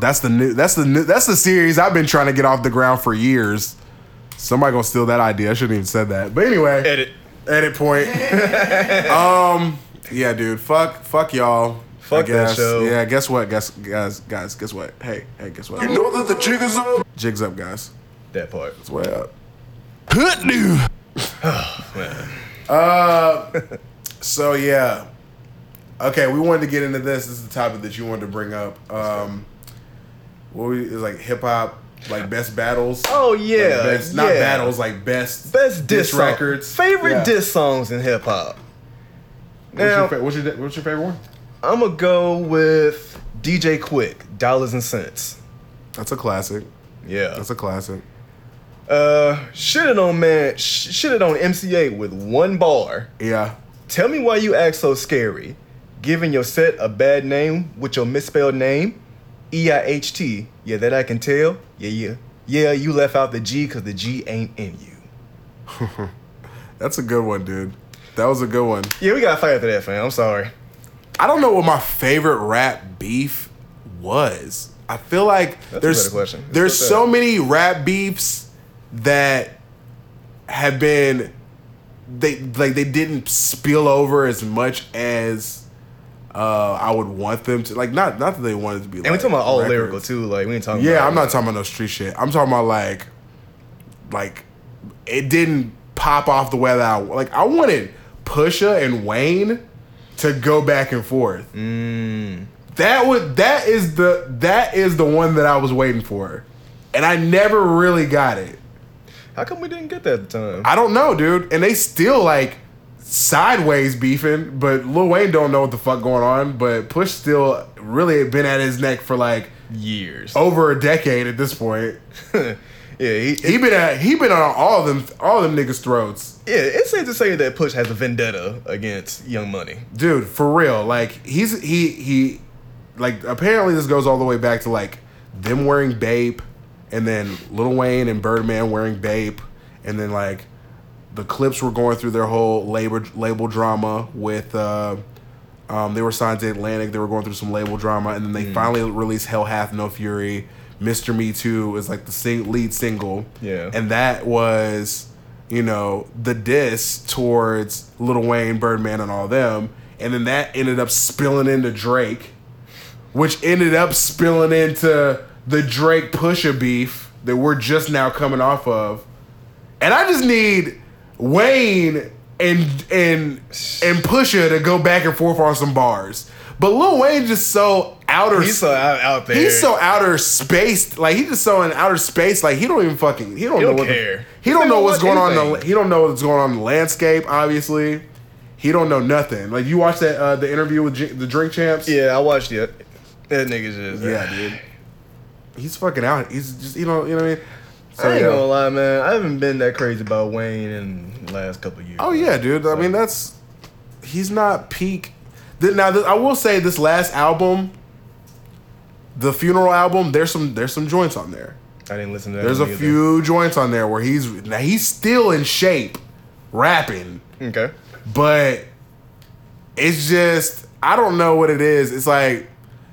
Speaker 2: That's the new. That's the new. That's the series I've been trying to get off the ground for years. Somebody gonna steal that idea. I shouldn't even said that. But anyway,
Speaker 3: Edit.
Speaker 2: edit point. um, yeah, dude. Fuck, fuck y'all.
Speaker 3: Fuck that show.
Speaker 2: Yeah, guess what? Guess guys, guys. Guess what? Hey, hey, guess what?
Speaker 1: know that the jig is up.
Speaker 2: Jigs up, guys.
Speaker 3: That part.
Speaker 2: It's way up. Hood new.
Speaker 3: Man.
Speaker 2: Uh, So yeah. Okay, we wanted to get into this. This is the topic that you wanted to bring up. Um what we is like hip hop, like best battles.
Speaker 3: Oh yeah,
Speaker 2: Like, best- not
Speaker 3: yeah.
Speaker 2: battles, like best
Speaker 3: Best diss, song-
Speaker 2: records.
Speaker 3: Favorite
Speaker 2: Yeah.
Speaker 3: diss songs in hip hop.
Speaker 2: What's your,
Speaker 3: Now
Speaker 2: fa- what's, your, what's your favorite one?
Speaker 3: I'm gonna go with DJ Quick, Dollars and Cents.
Speaker 2: That's a classic.
Speaker 3: Yeah.
Speaker 2: That's a classic.
Speaker 3: Uh, shit it on man, sh- shit it on MCA with one bar.
Speaker 2: Yeah.
Speaker 3: Tell me why you act so scary. Giving your set a bad name with your misspelled name, E I H T. Yeah, that I can tell. Yeah, yeah, yeah. You left out the G because the G ain't in you.
Speaker 2: That's a good one, dude. That was a good one.
Speaker 3: Yeah, we gotta fight after that, fam. I'm sorry.
Speaker 2: I don't know what my favorite rap beef was. I feel like
Speaker 3: a
Speaker 2: there's
Speaker 3: better question. Let's
Speaker 2: there's
Speaker 3: put that
Speaker 2: so
Speaker 3: up.
Speaker 2: many rap beefs that have been they like they didn't spill over as much as uh, I would want them to. Like not not that they wanted to be.
Speaker 3: And we talking about all lyrical
Speaker 2: lyrical
Speaker 3: too. Like we ain't talking.
Speaker 2: Yeah,
Speaker 3: about,
Speaker 2: I'm not talking about no street shit. I'm talking about like like it didn't pop off the way that I like. I wanted Pusha and Wayne to go back and forth. That would that is the that is the one that I was waiting for, and I never really got it.
Speaker 3: How come we didn't get that at the time?
Speaker 2: I don't know, dude. And they still like sideways beefing, but Lil Wayne don't know what the fuck going on. But Push still really been at his neck for like
Speaker 3: Years.
Speaker 2: over a decade at this point.
Speaker 3: yeah. He,
Speaker 2: He been at, he been on all them all them niggas throats,
Speaker 3: Yeah, it's safe to say that Push has a vendetta against Young Money.
Speaker 2: dude. For real, like he's he he, like apparently this goes all the way back to like them wearing Bape, and then Lil Wayne and Birdman wearing Bape, and then like the clips were going through their whole labor label drama with. uh um, they were signed to Atlantic. They were going through some label drama, and then they finally released "Hell Hath No Fury." "Mr. Me Too" is like the sing- lead single,
Speaker 3: Yeah.
Speaker 2: and that was, you know, the diss towards Lil Wayne, Birdman, and all them, and then that ended up spilling into Drake, which ended up spilling into the Drake Pusha beef that we're just now coming off of. And I just need Wayne and and and Pusha to go back and forth on some bars. But Lil Wayne just so outer
Speaker 3: He's so out, out there.
Speaker 2: He's so outer spaced. Like he just so in outer space. Like he don't even fucking. He don't,
Speaker 3: He
Speaker 2: know
Speaker 3: don't
Speaker 2: what. the-
Speaker 3: care.
Speaker 2: he
Speaker 3: He
Speaker 2: don't know
Speaker 3: don't
Speaker 2: what's going
Speaker 3: want
Speaker 2: on. In the,
Speaker 3: anything.
Speaker 2: he don't know what's going on in the landscape. Obviously, he don't know nothing. Like you watched that uh, the interview with J- the Drink Champs.
Speaker 3: Yeah, I watched it. That nigga's just
Speaker 2: Yeah, dude. He's fucking out. He's just you know you know what I mean. So,
Speaker 3: I ain't
Speaker 2: yeah.
Speaker 3: gonna lie, man. I haven't been that crazy about Wayne in the last couple of years.
Speaker 2: Oh yeah, dude. I mean, that's he's not peak. Th- Now th- I will say this last album, the funeral album. There's some there's some joints on there.
Speaker 3: I didn't listen to that.
Speaker 2: There's a
Speaker 3: one either.
Speaker 2: few joints on there where he's now he's still in shape, rapping,
Speaker 3: Okay.
Speaker 2: but it's just I don't know what it is. It's like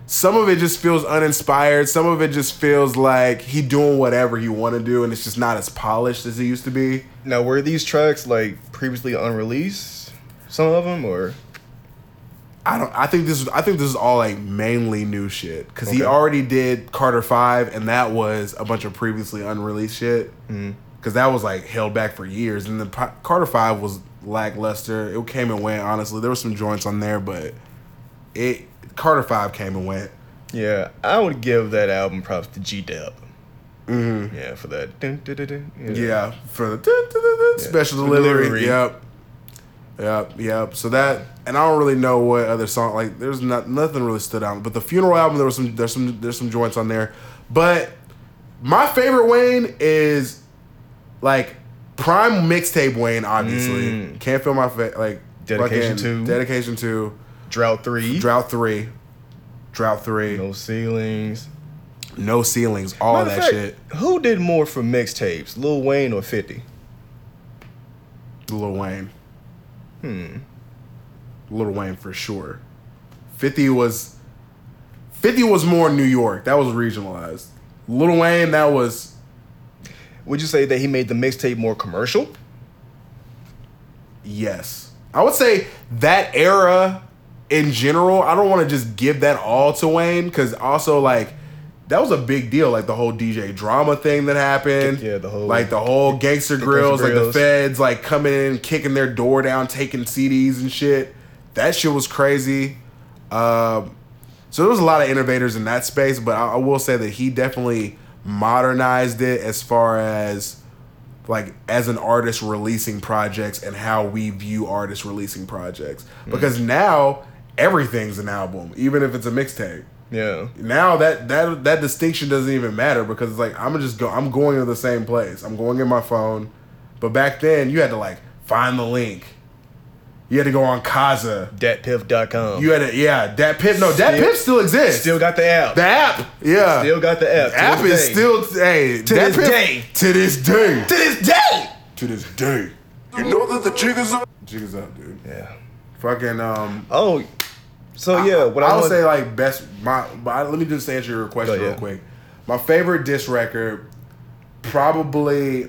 Speaker 2: some of it just feels uninspired. Some of it just feels like he doing whatever he want to do, and it's just not as polished as it used to be.
Speaker 3: Now, were these tracks like previously unreleased? Some of them, or
Speaker 2: I don't. I think this is. I think this is all like mainly new shit because he
Speaker 3: Okay.
Speaker 2: already did Carter Five, and that was a bunch of previously unreleased shit. Because that was like held back for years, and the P- Carter Five was lackluster. It came and went. Honestly, there were some joints on there, but it Carter Five came and went.
Speaker 3: yeah, I would give that album props to G Dep. Mm-hmm. Yeah, for that. Dun, dun, dun, dun.
Speaker 2: Yeah, for the dun, dun, dun, dun, special delivery.
Speaker 3: Delivery.
Speaker 2: Yep. Yep, yep. So that, and I don't really know what other song. Like, there's not nothing really stood out. But the funeral album, there was some, there's some, there's some joints on there. But my favorite Wayne is like prime mixtape Wayne. Obviously, can't feel my fa- like
Speaker 3: Mm. Dedication
Speaker 2: fucking
Speaker 3: to.
Speaker 2: dedication to
Speaker 3: Drought Three.
Speaker 2: drought three, drought three, no,
Speaker 3: No ceilings.
Speaker 2: ceilings, all
Speaker 3: Matter of
Speaker 2: that
Speaker 3: fact,
Speaker 2: shit.
Speaker 3: Who did more for mixtapes, Lil Wayne or Fifty?
Speaker 2: Lil Wayne. Hmm. Lil Wayne for sure. Fifty was. Fifty was more New York. That was regionalized. Lil Wayne, that was.
Speaker 3: Would you say that he made the mixtape more commercial?
Speaker 2: Yes. I would say that era in general, I don't want to just give that all to Wayne because also, like, that was a big deal. Like, the whole DJ drama thing that happened.
Speaker 3: Yeah, the whole-
Speaker 2: Like, the whole gangster grills, like, the
Speaker 3: grills.
Speaker 2: feds, like, coming in, kicking their door down, taking CDs and shit. That shit was crazy. Um, so there was a lot of innovators in that space, but I, I will say that he definitely modernized it as far as like as an artist releasing projects and how we view artists releasing projects because now everything's an album even if it's a mixtape
Speaker 3: Yeah.
Speaker 2: now that that that distinction doesn't even matter because it's like i'm just go i'm going to the same place i'm going in my phone but back then you had to like find the link you had to go on kaza
Speaker 3: Datpiff.com.
Speaker 2: you had to yeah that pip no that
Speaker 3: Still-
Speaker 2: pip still exists
Speaker 3: still got the app.
Speaker 2: the app yeah
Speaker 3: still got the app. to
Speaker 2: app
Speaker 3: this
Speaker 2: is
Speaker 3: day.
Speaker 2: still hey to
Speaker 3: this day.
Speaker 2: to this day
Speaker 3: to this day.
Speaker 2: to this day
Speaker 1: You know that the jig is up.
Speaker 2: jig is up dude
Speaker 3: Yeah.
Speaker 2: Fucking um.
Speaker 3: Oh, so yeah. What I,
Speaker 2: I would
Speaker 3: want-
Speaker 2: say like best my. my let me just answer your question
Speaker 3: Go,
Speaker 2: real
Speaker 3: yeah.
Speaker 2: quick. My favorite disc record, probably.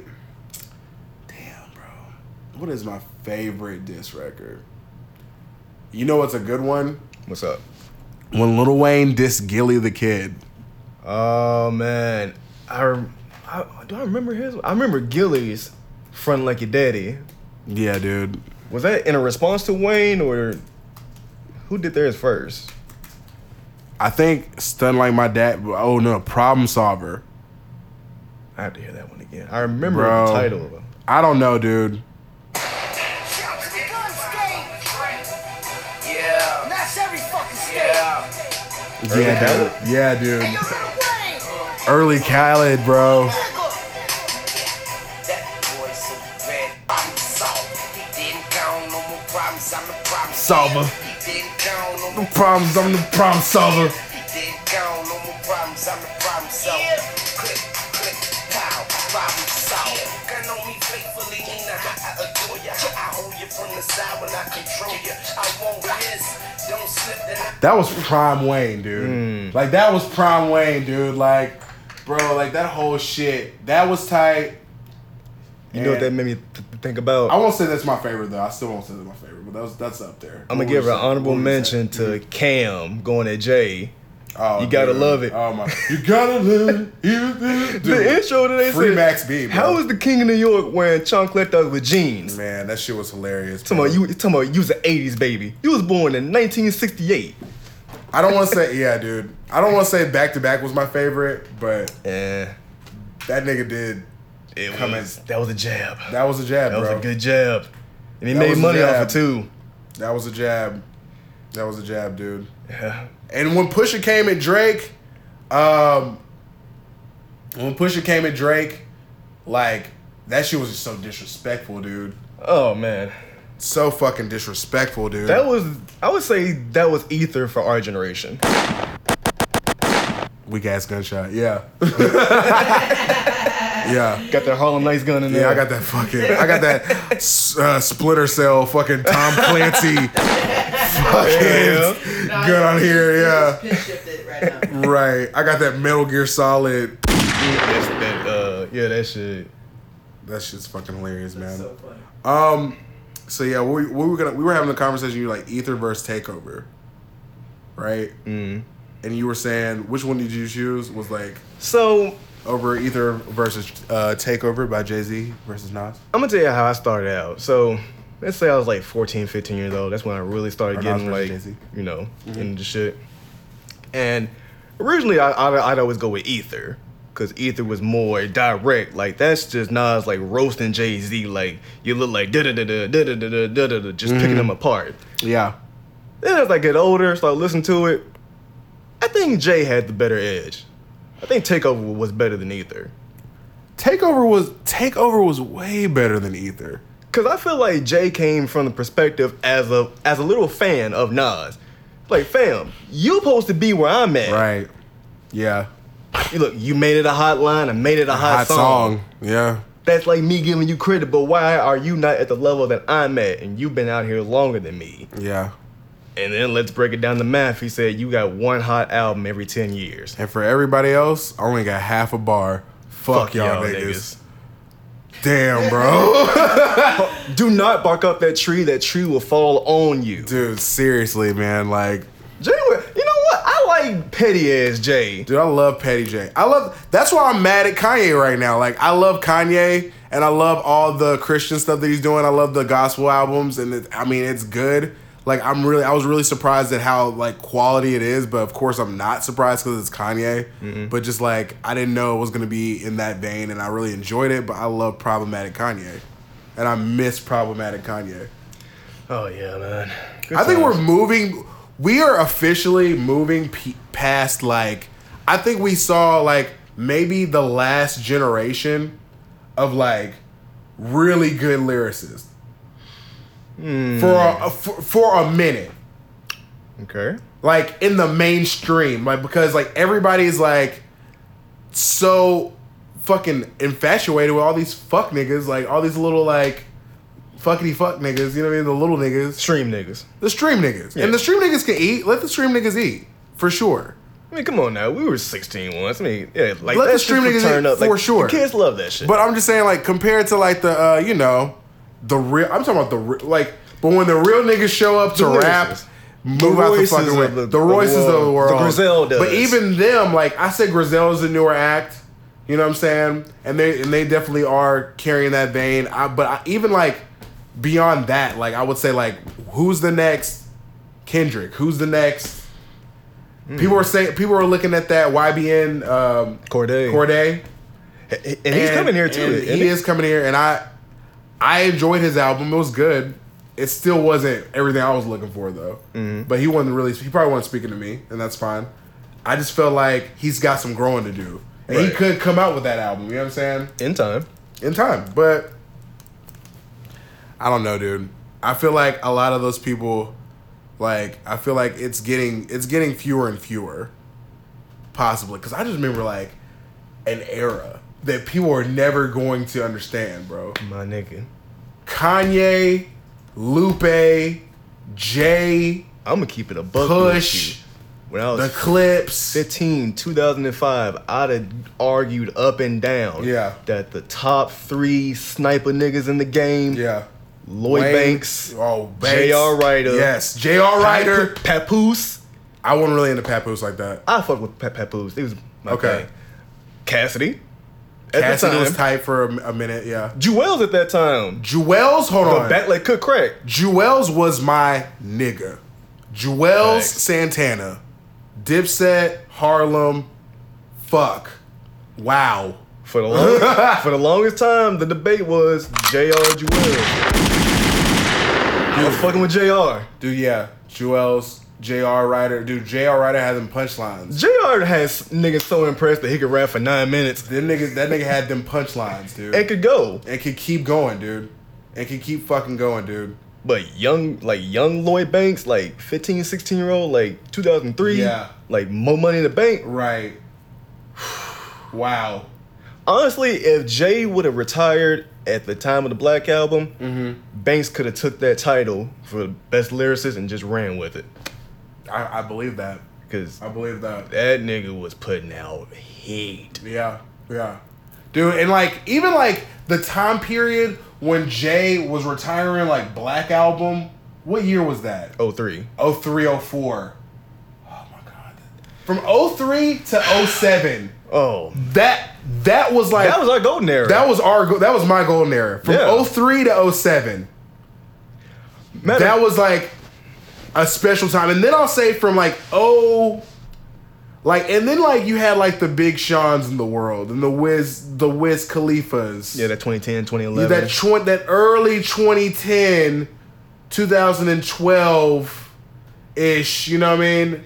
Speaker 2: Damn, bro. What is my favorite disc record? You know what's a good one?
Speaker 3: What's up?
Speaker 2: When Lil Wayne dissed Gilly the Kid.
Speaker 3: Oh man, I, rem- I do I remember his? I remember Gillies, front like your daddy.
Speaker 2: Yeah, dude.
Speaker 3: Was that in a response to Wayne or who did theirs first?
Speaker 2: I think Stun Like My Dad. Oh no, Problem Solver.
Speaker 3: I have to hear that one again. I remember
Speaker 2: Bro.
Speaker 3: the title of it.
Speaker 2: I don't know, dude.
Speaker 5: Yeah. That's every fucking state. Yeah.
Speaker 2: yeah,
Speaker 3: Khaled?
Speaker 2: dude. Yeah, dude.
Speaker 5: Yo, little Wayne.
Speaker 2: Early Khaled, bro.
Speaker 5: Nigga. That boy so bad. I'm soft. He didn't count no more problems. I'm the problem
Speaker 2: Solver.
Speaker 5: He didn't count no more.
Speaker 2: Problems. I'm the problem solver.
Speaker 5: He didn't count no more problems. I'm the problem solver. Click, click, pow. Problem solver. Gun on me faithfully, Nina. I adore ya. I hold you from the side when I control ya. I won't miss. Don't slip that I
Speaker 2: That was prime Wayne, dude.
Speaker 3: Mm.
Speaker 2: Like that was prime Wayne, dude. Like, bro, like that whole shit. That was tight.
Speaker 3: You know what that
Speaker 2: And
Speaker 3: made me th- think about?
Speaker 2: I won't say that's my favorite though. I still won't say that's my favorite, but that was that's up there.
Speaker 3: I'm
Speaker 2: What
Speaker 3: gonna give
Speaker 2: would
Speaker 3: an
Speaker 2: you say?
Speaker 3: honorable
Speaker 2: What would you say?
Speaker 3: mention to Cam going at Jay
Speaker 2: Oh,
Speaker 3: you gotta
Speaker 2: dude.
Speaker 3: love it.
Speaker 2: Oh my! You gotta love it.
Speaker 3: the intro that they
Speaker 2: Free
Speaker 3: said,
Speaker 2: Max B, bro.
Speaker 3: How is the King of New York wearing chancletas with jeans?
Speaker 2: Man, that shit was hilarious.
Speaker 3: Talking
Speaker 2: bro.
Speaker 3: about you, talking about you was an '80s baby. You was born in 1968.
Speaker 2: I don't want to say yeah, dude. I don't want to say back to back was my favorite, but
Speaker 3: Yeah,
Speaker 2: that nigga did.
Speaker 3: it
Speaker 2: Come
Speaker 3: was. That was a jab. That,
Speaker 2: That was a jab,
Speaker 3: was
Speaker 2: bro.
Speaker 3: a good jab, and he
Speaker 2: That was
Speaker 3: made
Speaker 2: a
Speaker 3: money off
Speaker 2: jab.
Speaker 3: it too.
Speaker 2: That was a jab. That was a jab, dude.
Speaker 3: Yeah.
Speaker 2: And when Pusha came at Drake, um, when Pusha came at Drake, like that shit was just so disrespectful, dude.
Speaker 3: Oh man,
Speaker 2: So fucking disrespectful, dude.
Speaker 3: that was. I would say that was ether for our generation.
Speaker 2: weak ass gunshot. Yeah. yeah.
Speaker 3: Got that Harlem Nights gun in there.
Speaker 2: Yeah, I got that fucking, I got that s- uh, splitter cell fucking Tom Clancy fucking
Speaker 4: Nah,
Speaker 2: gun on here.
Speaker 4: it's
Speaker 2: Yeah,
Speaker 4: Pitch shifted right now.
Speaker 2: right. I got that Metal Gear Solid.
Speaker 3: That's that. Uh, yeah, that shit.
Speaker 2: That shit's fucking hilarious, man.
Speaker 4: so funny.
Speaker 2: Um, so yeah, we, we were gonna we were having a conversation. You were like Ether versus Takeover, right? Mm. And you were saying which one did you choose was like
Speaker 3: So
Speaker 2: over Ether versus uh, Takeover by Jay Z versus Nas.
Speaker 3: I'm gonna tell you how I started out. So let's say I was like 14, 15 years old. That's when I really started
Speaker 2: Or Nas
Speaker 3: getting
Speaker 2: versus
Speaker 3: like,
Speaker 2: Jay-Z. Mm-hmm.
Speaker 3: you know, into the shit. And originally, I, I'd, I'd always go with Ether because Ether was more direct. Like that's just Nas like roasting Jay Z. Like you look like da da da da da da da da da da, just
Speaker 2: Mm-hmm.
Speaker 3: picking them apart.
Speaker 2: Yeah,
Speaker 3: Then as I get older, start listening to it, I think Jay had the better edge. I think Takeover was better than Ether.
Speaker 2: Takeover was Takeover was way better than Ether.
Speaker 3: Cause I feel like Jay came from the perspective as a as a little fan of Nas. Like, fam, you supposed to be where I'm at.
Speaker 2: Right. Yeah.
Speaker 3: You look, you made it a hot line, I made it a hot,
Speaker 2: Hot
Speaker 3: song.
Speaker 2: song. Yeah.
Speaker 3: That's like me giving you credit, but why are you not at the level that I'm at? And you've been out here longer than me.
Speaker 2: Yeah.
Speaker 3: And then let's break it down to math. He said you got one hot album every ten years.
Speaker 2: And for everybody else, I only got half a bar. Fuck, y'all, niggas. Damn, bro.
Speaker 3: Do not bark up that tree. That tree will fall on you.
Speaker 2: Dude, seriously, man. Like,
Speaker 3: Jay, you know what? I like petty ass Jay.
Speaker 2: Dude, I love Petty J. I love that's why I'm mad at Kanye right now. Like I love Kanye and I love all the Christian stuff that he's doing. I love the gospel albums and it, I mean it's good. Like I'm really I was really surprised at how like quality it is, but of course I'm not surprised cuz it's Kanye. But just like I didn't know it was going to be in that vein and I really enjoyed it, but I love problematic Kanye. And I miss problematic Kanye.
Speaker 3: Oh yeah, man. Good
Speaker 2: I think
Speaker 3: times.
Speaker 2: we're moving. We are officially moving pe- past like I think we saw like maybe the last generation of like really good lyricists for a, for for a minute
Speaker 3: Okay.
Speaker 2: like in the mainstream like because like everybody's like so fucking infatuated with all these fuck niggas like all these little like fuckity fuck niggas you know what I mean the little niggas
Speaker 3: Stream niggas.
Speaker 2: The stream niggas.
Speaker 3: Yeah.
Speaker 2: And the stream niggas can eat. Let the stream niggas eat. For sure.
Speaker 3: I mean, come on now. We were 16 once. I mean, yeah, like
Speaker 2: Let
Speaker 3: that
Speaker 2: the
Speaker 3: shit
Speaker 2: stream
Speaker 3: could
Speaker 2: niggas
Speaker 3: turn
Speaker 2: eat
Speaker 3: up Like,
Speaker 2: for sure.
Speaker 3: Kids love that shit.
Speaker 2: But I'm just saying, like, compared to like the uh, you know, the real I'm talking about the re- like but when the real niggas show up to
Speaker 3: The
Speaker 2: rap,
Speaker 3: Royces.
Speaker 2: move
Speaker 3: The
Speaker 2: out the
Speaker 3: Royces
Speaker 2: fucking way.
Speaker 3: of the-
Speaker 2: The,
Speaker 3: the
Speaker 2: Royces of
Speaker 3: world.
Speaker 2: the
Speaker 3: The
Speaker 2: world.
Speaker 3: Griseldas.
Speaker 2: But even them, like I said Griselda's a newer act. You know what I'm saying? And they and they definitely are carrying that vein. I, but I, even like beyond that, like I would say like who's the next Kendrick? Who's the next
Speaker 3: Hmm.
Speaker 2: People are saying people are looking at that YBN um,
Speaker 3: Corday.
Speaker 2: Corday.
Speaker 3: and he's coming here too.
Speaker 2: and
Speaker 3: isn't
Speaker 2: He, is coming here, and I I enjoyed his album. It was good. It still wasn't everything I was looking for though.
Speaker 3: Mm-hmm.
Speaker 2: But he wasn't really. He probably wasn't speaking to me, and that's fine. I just felt like he's got some growing to do, and he
Speaker 3: Right.
Speaker 2: could come out with that album. You know what I'm saying?
Speaker 3: In time.
Speaker 2: in time. But I don't know, dude. I feel like a lot of those people, like I feel like it's getting it's getting fewer and fewer, possibly. Because I just remember like an era that people are never going to understand, bro.
Speaker 3: My nigga.
Speaker 2: Kanye, Lupe, Jay,
Speaker 3: I'm going to keep it a buck. with
Speaker 2: Push,
Speaker 3: you. When I was
Speaker 2: the Clips.
Speaker 3: 15, 2005, I'd have argued up and down
Speaker 2: Yeah.
Speaker 3: that the top three sniper niggas in the game
Speaker 2: Yeah.
Speaker 3: Lloyd
Speaker 2: Wayne-
Speaker 3: Banks,
Speaker 2: Oh, Banks.
Speaker 3: J.R. Ryder.
Speaker 2: Yes, J.R. Ryder.
Speaker 3: Papoose,
Speaker 2: I wasn't really into Papoose like that.
Speaker 3: I fuck with Pep Papoose. It was my
Speaker 2: Okay.
Speaker 3: thing. Cassidy. At
Speaker 2: Cassidy
Speaker 3: the
Speaker 2: was
Speaker 3: time.
Speaker 2: tight for a, a minute, yeah.
Speaker 3: Jewels at that time.
Speaker 2: Jewels, hold
Speaker 3: The
Speaker 2: on.
Speaker 3: back leg could crack.
Speaker 2: Jewels was my nigga. Jewels
Speaker 3: Facts.
Speaker 2: Santana, Dipset, Harlem, fuck, wow.
Speaker 3: For the long, for the longest time, the debate was Jr. Jewels. You was fucking with Jr.
Speaker 2: Dude, yeah, Jewels, J.R. Ryder, dude, J.R. Ryder had them punchlines.
Speaker 3: Jr. has niggas so impressed that he could rap for nine minutes
Speaker 2: Them niggas, that nigga had them punchlines, dude,
Speaker 3: and
Speaker 2: and,
Speaker 3: could go.
Speaker 2: could keep going, dude, and could keep fucking going, dude.
Speaker 3: But young, like young Lloyd Banks, like 15, 16 year old, like 2003,
Speaker 2: Yeah.
Speaker 3: like more money in the bank.
Speaker 2: Right. Wow.
Speaker 3: Honestly, if Jay would have retired at the time of the Black Album, Banks could have took that title for best lyricist and just ran with it.
Speaker 2: I, I believe that.
Speaker 3: Cause
Speaker 2: I believe that.
Speaker 3: that nigga was putting out heat.
Speaker 2: Yeah, yeah, dude, and like even like the time period when Jay was retiring, like Black Album. What year was that?
Speaker 3: Oh three.
Speaker 2: 0304. Oh my god, from 03 to 07.
Speaker 3: Oh,
Speaker 2: That that was like
Speaker 3: that was our golden era.
Speaker 2: that was our go- that was my golden era from
Speaker 3: Yeah.
Speaker 2: 03 to 07.
Speaker 3: Matter-
Speaker 2: that was like a special time. And then I'll say from like oh, like and then like you had like the Big Sean's in the world and the Wiz the Wiz Khalifas.
Speaker 3: yeah that 2010, 2011.
Speaker 2: that tw- that early 2010, 2012 ish. You know what I mean?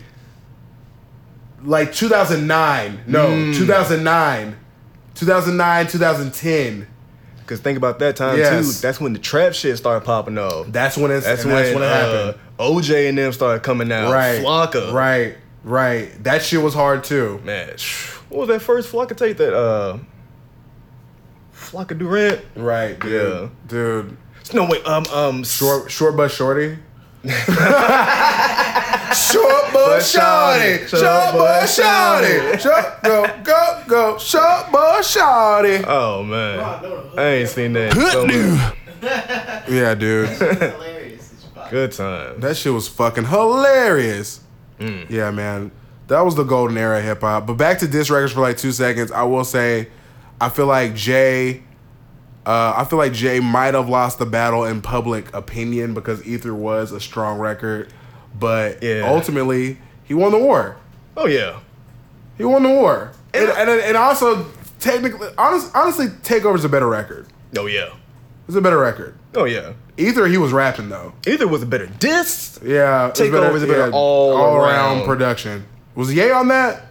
Speaker 2: Like 2009, no,
Speaker 3: Hmm.
Speaker 2: 2009, 2009, 2010.
Speaker 3: Cause think about that time
Speaker 2: Yes.
Speaker 3: too. That's when the trap shit started popping off.
Speaker 2: That's when it's
Speaker 3: That's
Speaker 2: and
Speaker 3: when,
Speaker 2: that's when it happened.
Speaker 3: uh, OJ and them started coming out.
Speaker 2: right,
Speaker 3: Flocka.
Speaker 2: Right, right. That shit was hard too.
Speaker 3: Man, phew, what was that first Flocka tape that uh Flocka Durant?
Speaker 2: Right, dude.
Speaker 3: Yeah.
Speaker 2: Dude.
Speaker 3: No wait, um um short
Speaker 2: Short short bus shorty. short bus
Speaker 3: Bus
Speaker 2: shorty.
Speaker 3: shorty.
Speaker 2: Short bus shorty. Short go go go. Short bus shorty.
Speaker 3: Oh man. I ain't seen that. in so much.
Speaker 2: Yeah, dude.
Speaker 4: Hilarious. as fuck.
Speaker 3: Good time.
Speaker 2: That shit was fucking hilarious. Yeah, man. That was the golden era of hip hop. But back to disc records for like two seconds. I will say, I feel like Jay. Uh, I feel like Jay might have lost the battle in public opinion because Ether was a strong record, but
Speaker 3: Yeah.
Speaker 2: ultimately he won the war.
Speaker 3: Oh yeah.
Speaker 2: He won the war, and and, and also technically, honest, honestly, Takeover's a better record.
Speaker 3: Oh yeah.
Speaker 2: It's a better record.
Speaker 3: Oh yeah.
Speaker 2: Ether, he was rapping though.
Speaker 3: Either was a better diss.
Speaker 2: Yeah, it's
Speaker 3: Takeover is a better all
Speaker 2: all-around
Speaker 3: around.
Speaker 2: production. Was Ye on that,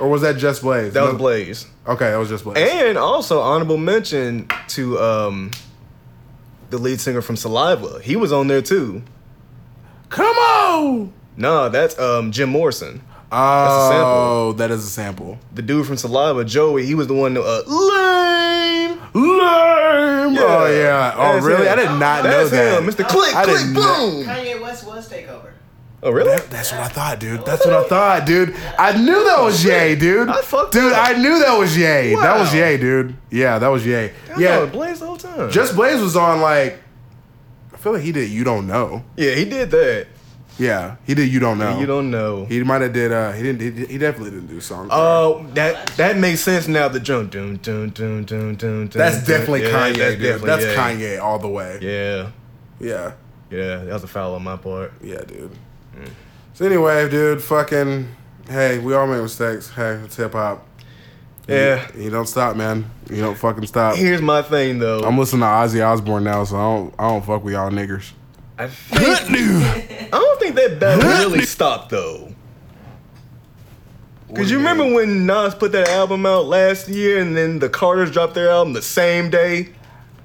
Speaker 2: or was that just Blaze?
Speaker 3: That was
Speaker 2: No-
Speaker 3: Blaze.
Speaker 2: Okay, that was just Blaze.
Speaker 3: And also honorable mention to um the lead singer from Saliva. He was on there too.
Speaker 2: Come on!
Speaker 3: Nah, that's um Jim Morrison.
Speaker 2: Oh, that is a sample.
Speaker 3: The dude from Saliva, Joey, he was the one that uh lame.
Speaker 2: Lame. Oh yeah. Oh
Speaker 3: That's
Speaker 2: really?
Speaker 3: him.
Speaker 2: I did not
Speaker 3: That's
Speaker 2: know that.
Speaker 3: him, Mr. Click,
Speaker 2: I
Speaker 3: click,
Speaker 2: didn't know-
Speaker 3: boom.
Speaker 4: Kanye West was takeover.
Speaker 3: Oh really?
Speaker 2: That's what I thought, dude. That's what I thought, dude. I knew that was Ye, dude.
Speaker 3: I fucked
Speaker 2: dude,
Speaker 3: up.
Speaker 2: I knew that was Ye. That was
Speaker 3: Wow.
Speaker 2: Ye, dude. Yeah, that was Ye.
Speaker 3: I
Speaker 2: Yeah,
Speaker 3: thought Blaze the whole time.
Speaker 2: Just Blaze was on like. I feel like he did. You don't know.
Speaker 3: yeah, he did that.
Speaker 2: Yeah, he did. You don't know.
Speaker 3: You don't know.
Speaker 2: He might have did. Uh, he didn't. He, he definitely didn't do songs.
Speaker 3: Oh, that that makes sense now. The jump, doom, doom, doom, doom, doom.
Speaker 2: that's definitely Kanye,
Speaker 3: That's
Speaker 2: dude.
Speaker 3: definitely-
Speaker 2: that's
Speaker 3: yeah.
Speaker 2: Kanye all the way. Yeah,
Speaker 3: Yeah,
Speaker 2: yeah,
Speaker 3: yeah, that was a foul on my part.
Speaker 2: dude.
Speaker 3: Mm.
Speaker 2: So anyway, dude, fucking. Hey, we all make mistakes. Hey, it's hip hop.
Speaker 3: Yeah.
Speaker 2: You, you don't stop, man. You don't fucking stop.
Speaker 3: Here's my thing though.
Speaker 2: I'm listening to Ozzy Osbourne now, so I don't. I don't fuck with y'all niggers.
Speaker 3: I think, I don't think that battle really stopped though. Cause you remember when Nas put that album out last year, and then the Carters dropped their album the same day.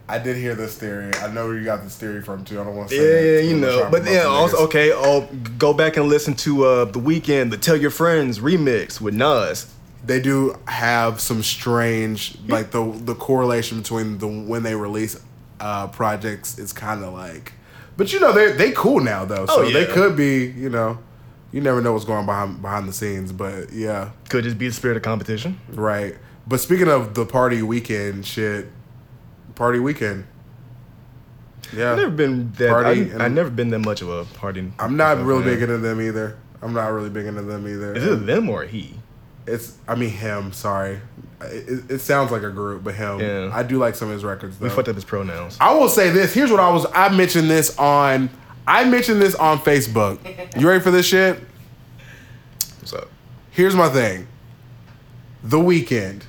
Speaker 2: I did hear this theory. I know where you got this theory from too. I don't want to.
Speaker 3: Yeah, you know. But then also, okay, I'll go back and listen to uh, the weekend, the Tell Your Friends remix with Nas.
Speaker 2: they do have some strange like the the correlation between the when they release uh projects is kind of like but you know they they cool now though so
Speaker 3: Oh, yeah.
Speaker 2: they could be you know you never know what's going on behind behind the scenes but yeah
Speaker 3: Could just be the spirit of competition.
Speaker 2: right but speaking of the party weekend shit party weekend yeah
Speaker 3: I've never been that.
Speaker 2: Party
Speaker 3: I,
Speaker 2: and-
Speaker 3: I've never been that much of a party.
Speaker 2: i'm not
Speaker 3: myself,
Speaker 2: really
Speaker 3: man.
Speaker 2: big into them either I'm not really big into them either.
Speaker 3: Is it them or he?
Speaker 2: It's I mean him. Sorry, it, it- it sounds like a group, but him.
Speaker 3: Yeah.
Speaker 2: I do like some of his records. Though.
Speaker 3: We fucked up his pronouns.
Speaker 2: I will say this. Here's what I was. I mentioned this on. I mentioned this on Facebook. You ready for this shit?
Speaker 3: What's up?
Speaker 2: Here's my thing. The weekend.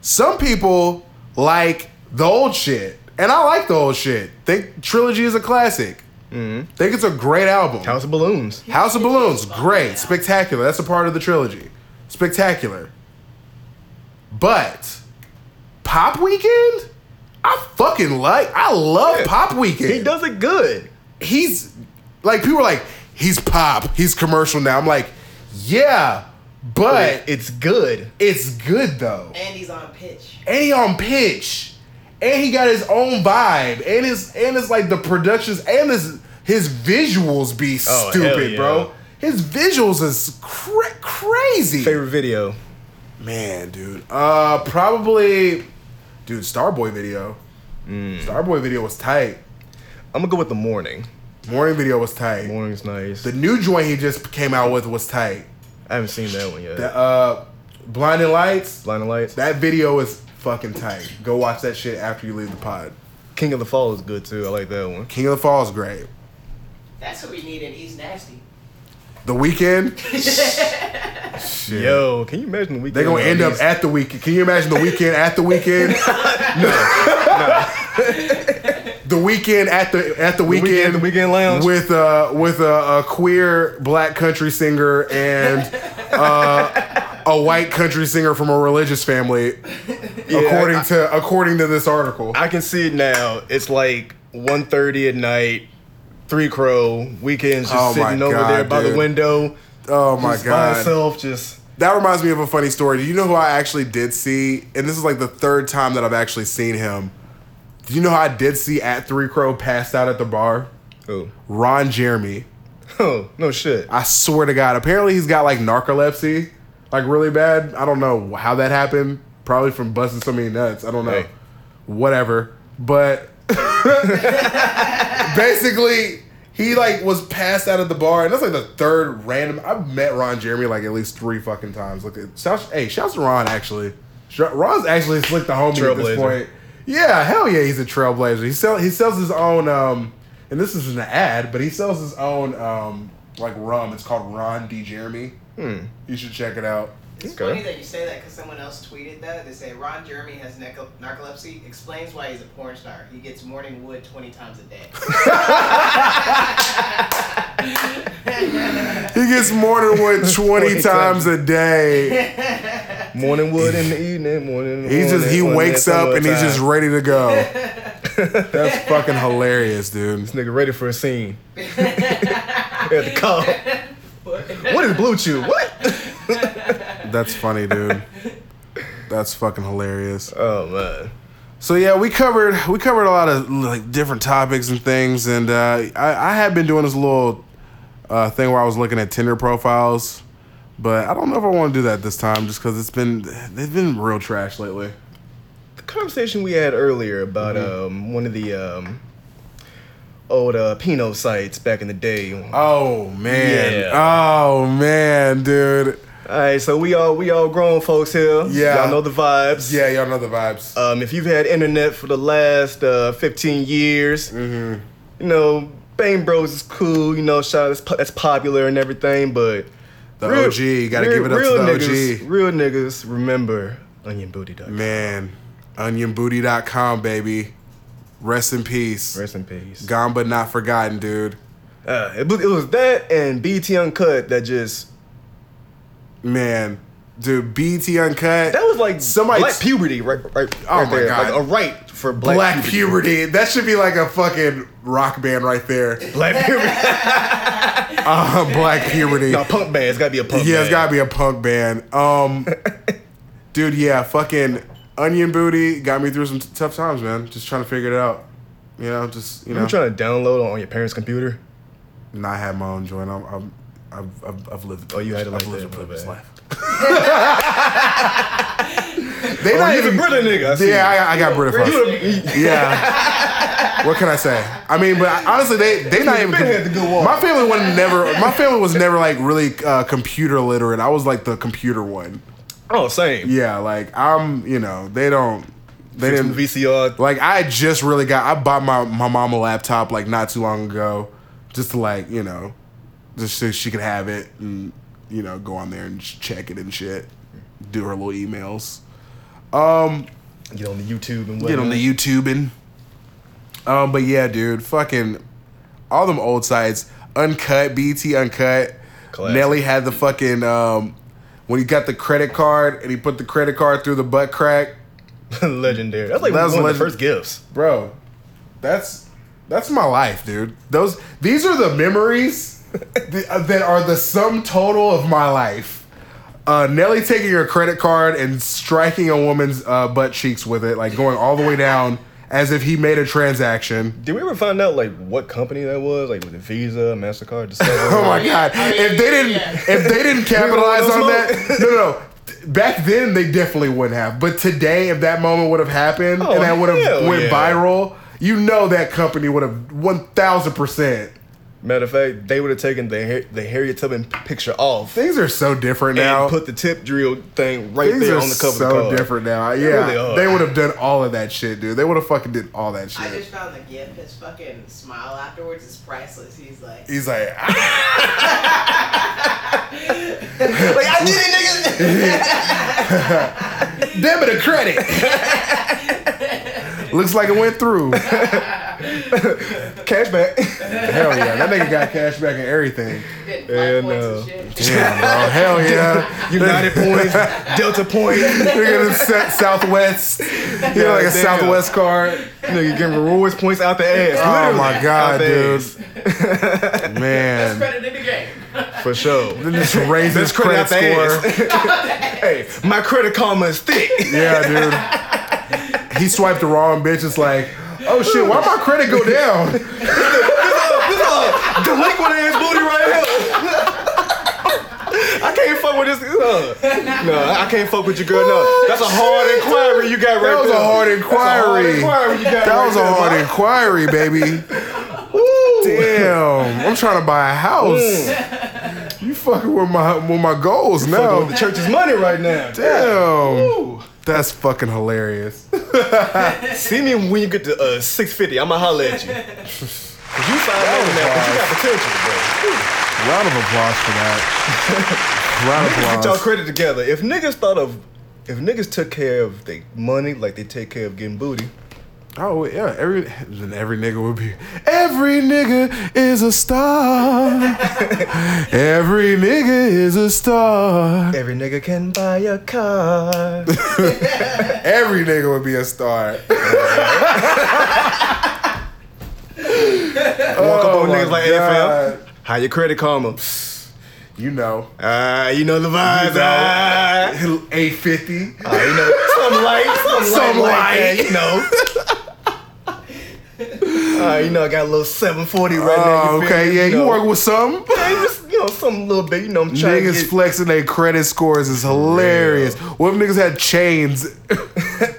Speaker 2: Some people like the old shit, and I like the old shit. Think trilogy is a classic.
Speaker 3: Mm-hmm.
Speaker 2: Think it's a great album.
Speaker 3: House of Balloons.
Speaker 2: House of Balloons, great, spectacular. That's a part of the trilogy. Spectacular. But Pop Weekend? I fucking like I love
Speaker 3: Yeah.
Speaker 2: Pop Weekend.
Speaker 3: He does it good.
Speaker 2: He's like people are like, he's pop, he's commercial now. I'm like, yeah, but
Speaker 3: It's good.
Speaker 2: it's good though.
Speaker 4: And he's on pitch.
Speaker 2: And he on pitch. And he got his own vibe. And his and it's like the productions and his his visuals be
Speaker 3: Oh, hell
Speaker 2: stupid,
Speaker 3: yeah.
Speaker 2: bro. His visuals is cra- crazy.
Speaker 3: Favorite video.
Speaker 2: Man, dude. Uh probably dude, Starboy video.
Speaker 3: Mm.
Speaker 2: Starboy video was tight.
Speaker 3: I'm gonna go with the morning.
Speaker 2: Morning video was tight.
Speaker 3: Morning's nice.
Speaker 2: The new joint he just came out with was tight.
Speaker 3: I haven't seen that one yet.
Speaker 2: The, uh Blinding Lights.
Speaker 3: Blinding Lights.
Speaker 2: That video is fucking tight. Go watch that shit after you leave the pod.
Speaker 3: King of the Fall is good too. I like that one.
Speaker 2: King of the Fall is great.
Speaker 4: That's what we need in He's Nasty.
Speaker 2: The weekend. Shit.
Speaker 3: Yo, can you imagine the weekend?
Speaker 2: They're gonna
Speaker 3: where
Speaker 2: end up
Speaker 3: these-
Speaker 2: at the weekend. Can you imagine the weekend at the weekend? the weekend at the at the
Speaker 3: Weeknd
Speaker 2: weekend,
Speaker 3: at the Weeknd Lounge.
Speaker 2: with uh with a, a queer black country singer and uh, a white country singer from a religious family, according
Speaker 3: I-
Speaker 2: to according to this article.
Speaker 3: I can see it now. It's like 1.30 at night. Three Crow weekends just
Speaker 2: Oh my
Speaker 3: sitting over
Speaker 2: God,
Speaker 3: there by
Speaker 2: dude.
Speaker 3: the window.
Speaker 2: oh my
Speaker 3: just uh, by
Speaker 2: god.
Speaker 3: himself, just
Speaker 2: That reminds me of a funny story. Do you know who I actually did see? And this is like the third time that I've actually seen him. Do you know how I did see at Three Crow passed out at the bar?
Speaker 3: oh,
Speaker 2: Ron Jeremy.
Speaker 3: oh no shit.
Speaker 2: I swear to God. Apparently he's got like narcolepsy, like really bad. I don't know how that happened. Probably from busting so many nuts. I don't know.
Speaker 3: Hey.
Speaker 2: Whatever. But basically, he like was passed out at the bar, and that's like the third random. I've met Ron Jeremy like at least three fucking times. Look, at, shout, hey, shouts to Ron actually. Sh- Ron's actually slick the homie at this
Speaker 3: Trailblazer.
Speaker 2: point. Yeah, hell yeah, he's a trailblazer. He sell he sells his own um, and this isn't an ad, but he sells his own um like rum. It's called Ron D Jeremy. Hmm. You should check it out.
Speaker 4: It's
Speaker 3: Okay.
Speaker 4: funny that you say that because someone else tweeted that. They say Ron Jeremy has neco- narcolepsy. Explains why he's a porn star. He gets morning wood twenty times a day.
Speaker 2: He gets more than one 20,
Speaker 3: 20
Speaker 2: times a day.
Speaker 3: Morning wood in the evening, morning.
Speaker 2: He just he
Speaker 3: morning,
Speaker 2: wakes
Speaker 3: morning,
Speaker 2: up and he's
Speaker 3: summertime.
Speaker 2: just ready to go. That's fucking hilarious, dude.
Speaker 3: This nigga ready for a scene. At the call. What is Blue Chew? What?
Speaker 2: That's funny, dude. That's fucking hilarious.
Speaker 3: Oh man.
Speaker 2: So yeah, we covered we covered a lot of like different topics and things, and uh, I I had been doing this little uh, thing where I was looking at Tinder profiles, but I don't know if I want to do that this time just because it's been they've been real trash lately.
Speaker 3: The conversation we had earlier about
Speaker 2: Mm-hmm.
Speaker 3: um, one of the um, old uh, Pinot sites back in the day. All
Speaker 2: Oh man,
Speaker 3: Yeah.
Speaker 2: oh man, dude.
Speaker 3: right, so we all we all grown folks here.
Speaker 2: Yeah.
Speaker 3: y'all know the vibes.
Speaker 2: Yeah, y'all know the vibes.
Speaker 3: Um, if you've had internet for the last uh, 15 years,
Speaker 2: Mm-hmm.
Speaker 3: you know, Bang Bros is cool. You know, shout that's, po- that's popular and everything, but
Speaker 2: The OG, you gotta give it up to the
Speaker 3: niggas,
Speaker 2: OG.
Speaker 3: Real niggas, remember Onion Booty Duck.
Speaker 2: Man, onionbooty.com, baby. Rest in peace.
Speaker 3: Rest in peace.
Speaker 2: Gone but not forgotten, dude.
Speaker 3: Uh, it, was, it was that and BT Uncut that just
Speaker 2: Man, dude, BT Uncut.
Speaker 3: that was like
Speaker 2: Somebody-
Speaker 3: black puberty right right
Speaker 2: Oh
Speaker 3: right
Speaker 2: my
Speaker 3: there.
Speaker 2: God.
Speaker 3: like a right for black,
Speaker 2: Black puberty. That should be like a fucking rock band right there.
Speaker 3: black puberty
Speaker 2: Uh, black puberty.
Speaker 3: no punk band it's gotta be a punk
Speaker 2: yeah,
Speaker 3: band
Speaker 2: it's gotta be a punk band. Um, dude, yeah, fucking onion booty got me through some t- tough times, man. Just trying to figure it out. You know, just you know,
Speaker 3: you trying to download on your parents computer
Speaker 2: not have my own joint. I'm, I'm I've, I've, I've lived.
Speaker 3: Oh, you had it
Speaker 2: I've
Speaker 3: like
Speaker 2: lived a
Speaker 3: that, my
Speaker 2: privileged
Speaker 3: bad.
Speaker 2: life. they
Speaker 3: oh
Speaker 2: not
Speaker 3: you're a
Speaker 2: even.
Speaker 3: Oh, Brita nigga I see
Speaker 2: Yeah, I, I got British.
Speaker 3: you. You a-
Speaker 2: Yeah. What can I say? I mean, but I- honestly, they they not even.
Speaker 3: been had the good one.
Speaker 2: My family was never. My family was never like really uh, computer literate. I was like the computer one.
Speaker 3: Oh, same.
Speaker 2: Yeah, like I'm. You know, they don't. They
Speaker 3: Fixing
Speaker 2: didn't.
Speaker 3: the VCR.
Speaker 2: Like I just really got I bought my my mom a laptop like not too long ago, just to like you know, just so she could have it and you know go on there and sh- check it and shit, do her little emails,
Speaker 3: Get on the YouTube and
Speaker 2: get
Speaker 3: whatnot.
Speaker 2: on the YouTube and. Um, but yeah, dude, fucking all them old sites, uncut BT uncut.
Speaker 3: Classic.
Speaker 2: Nelly had the fucking um, when he got the credit card and he put the credit card through the butt crack.
Speaker 3: legendary. That's like
Speaker 2: That was
Speaker 3: one of
Speaker 2: legend-
Speaker 3: the first gifts.
Speaker 2: bro that's that's my life dude those these are the memories th- uh, that are the sum total of my life uh, Nelly taking your credit card and striking a woman's uh, butt cheeks with it, like going all the way down as if he made a transaction.
Speaker 3: Did we ever find out like what company that was? Like with it Visa, Mastercard, Discover?
Speaker 2: Oh my god!
Speaker 4: I mean,
Speaker 2: If they didn't,
Speaker 4: yeah.
Speaker 2: if they didn't capitalize
Speaker 3: those
Speaker 2: on
Speaker 3: moments?
Speaker 2: that, no, no. no. Back then they definitely wouldn't have, but today, if that moment would have happened
Speaker 3: Oh,
Speaker 2: and that would have
Speaker 3: hell
Speaker 2: went
Speaker 3: yeah.
Speaker 2: viral, you know that company would have one thousand percent
Speaker 3: Matter of fact, they would have taken the Har- the Harriet Tubman picture off
Speaker 2: Things are so different
Speaker 3: and
Speaker 2: now.
Speaker 3: put the tip drill thing right
Speaker 2: Things
Speaker 3: there
Speaker 2: are
Speaker 3: on the cover.
Speaker 2: so
Speaker 3: of the card.
Speaker 2: different now.
Speaker 3: They
Speaker 2: yeah,
Speaker 3: really are.
Speaker 2: they would have done all of that shit, dude. They would have fucking did all that
Speaker 4: I just
Speaker 2: shit.
Speaker 4: found the gift. His fucking smile afterwards is priceless. He's like,
Speaker 2: He's like, "Ah."
Speaker 3: Like I did it, nigga.
Speaker 2: damn it, a credit. Looks like it went through. Hell
Speaker 3: Cashback.
Speaker 2: yeah, that nigga got cash back and everything.
Speaker 4: getting
Speaker 3: Yeah,
Speaker 4: five
Speaker 3: no.
Speaker 4: points and shit.
Speaker 2: Damn, bro. Hell yeah.
Speaker 3: United points, Delta points.
Speaker 2: Nigga the set Southwest. You know, like a
Speaker 3: Goddamn.
Speaker 2: Southwest card.
Speaker 3: Nigga getting rewards points out the ass.
Speaker 2: Oh
Speaker 3: literally
Speaker 2: my
Speaker 3: out
Speaker 2: god,
Speaker 3: the
Speaker 2: dude.
Speaker 3: ass.
Speaker 2: Man.
Speaker 4: Credit in the game.
Speaker 3: For sure.
Speaker 2: Then just raise his
Speaker 3: Best
Speaker 2: credit
Speaker 3: credit out the
Speaker 2: score.
Speaker 3: Hey, my credit karma is thick.
Speaker 2: Yeah, dude. He swiped the wrong bitch. It's like, oh shit, why my credit go down?
Speaker 3: this uh, delinquent ass booty right here. I can't fuck with this. uh, no, I can't fuck with your girl. No, that's a hard inquiry you got right
Speaker 2: That was
Speaker 3: there.
Speaker 2: a hard
Speaker 3: That's a hard
Speaker 2: inquiry.
Speaker 3: inquiry you got
Speaker 2: That
Speaker 3: right
Speaker 2: was a
Speaker 3: there,
Speaker 2: hard
Speaker 3: boy.
Speaker 2: inquiry, baby. Damn, I'm trying to buy a house. You fucking with my with my goals
Speaker 3: Fucking
Speaker 2: now.
Speaker 3: with the church's money right now.
Speaker 2: Damn,
Speaker 3: Ooh.
Speaker 2: that's fucking hilarious.
Speaker 3: See me when you get to uh, 650. I'ma holler at you. Cause you find out now, but you got potential, bro.
Speaker 2: Round of applause for that. Round
Speaker 3: Get
Speaker 2: of
Speaker 3: y'all
Speaker 2: applause.
Speaker 3: credit together. If niggas thought of, if niggas took care of their money like they take care of getting booty,
Speaker 2: Oh yeah, every then every nigga would be. Every nigga is a star. every nigga is a star.
Speaker 3: every nigga can buy a car.
Speaker 2: Every nigga would be a star.
Speaker 3: Walk up
Speaker 2: Oh
Speaker 3: on
Speaker 2: my
Speaker 3: niggas like
Speaker 2: God.
Speaker 3: AFL. How your credit karma?
Speaker 2: You know.
Speaker 3: Ah, you know the vibes.
Speaker 2: You know.
Speaker 3: Ah,
Speaker 2: 850.
Speaker 3: Ah, you know some light, some,
Speaker 2: Some
Speaker 3: light, like
Speaker 2: light.
Speaker 3: that, you know. Ah, you know I got a little 740 right now.
Speaker 2: Oh,
Speaker 3: feel
Speaker 2: okay,
Speaker 3: me?
Speaker 2: yeah, you
Speaker 3: know.
Speaker 2: work with some.
Speaker 3: Yeah, you just, you know, some little bit. You know, I'm trying
Speaker 2: Niggas
Speaker 3: to get.
Speaker 2: flexing their credit scores is hilarious. What if niggas had chains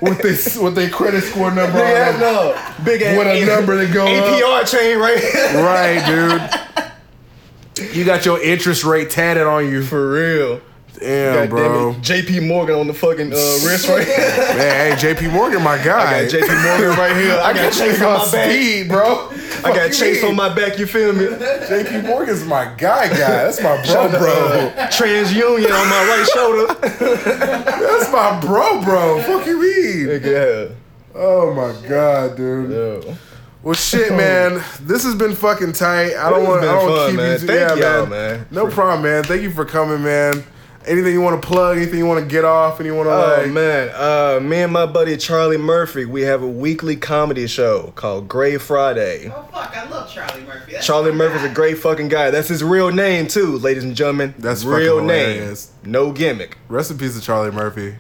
Speaker 2: with this with their credit score number on them?
Speaker 3: Nigga, no, big ass
Speaker 2: With a number to go up.
Speaker 3: APR chain right here.
Speaker 2: Right, dude. You got your interest rate tatted on you.
Speaker 3: For real.
Speaker 2: Damn,
Speaker 3: God
Speaker 2: bro.
Speaker 3: damn it. JP Morgan on the fucking uh, wrist right here.
Speaker 2: Man, hey, JP Morgan, my guy.
Speaker 3: I got JP Morgan right here. I got Chase on my back.
Speaker 2: speed, bro.
Speaker 3: I got Chase on my back, you feel me?
Speaker 2: JP Morgan's my guy, guy. That's my bro, bro.
Speaker 3: TransUnion on my right shoulder.
Speaker 2: That's my bro, bro. Fuck you, mean.
Speaker 3: Nigga,
Speaker 2: Oh my god, dude.
Speaker 3: yeah. Yo.
Speaker 2: Well, shit, man. This has been fucking tight. I don't
Speaker 3: This has
Speaker 2: want
Speaker 3: been
Speaker 2: to
Speaker 3: fun,
Speaker 2: keep you.
Speaker 3: man.
Speaker 2: Too,
Speaker 3: Thank
Speaker 2: yeah,
Speaker 3: y'all,
Speaker 2: man.
Speaker 3: man.
Speaker 2: No problem, man. Thank you for coming, man. Anything you want to plug? Anything you want to get off? And you want to
Speaker 3: Oh
Speaker 2: like?
Speaker 3: man, uh, me and my buddy Charlie Murphy, we have a weekly comedy show called Gray Friday.
Speaker 4: Oh fuck, I love Charlie Murphy. That's
Speaker 3: Charlie
Speaker 4: my
Speaker 3: Murphy's
Speaker 4: guy.
Speaker 3: a great fucking guy. That's his real name too, ladies and gentlemen.
Speaker 2: That's
Speaker 3: real
Speaker 2: fucking
Speaker 3: name.
Speaker 2: hilarious.
Speaker 3: No gimmick.
Speaker 2: Rest in peace to Charlie Murphy.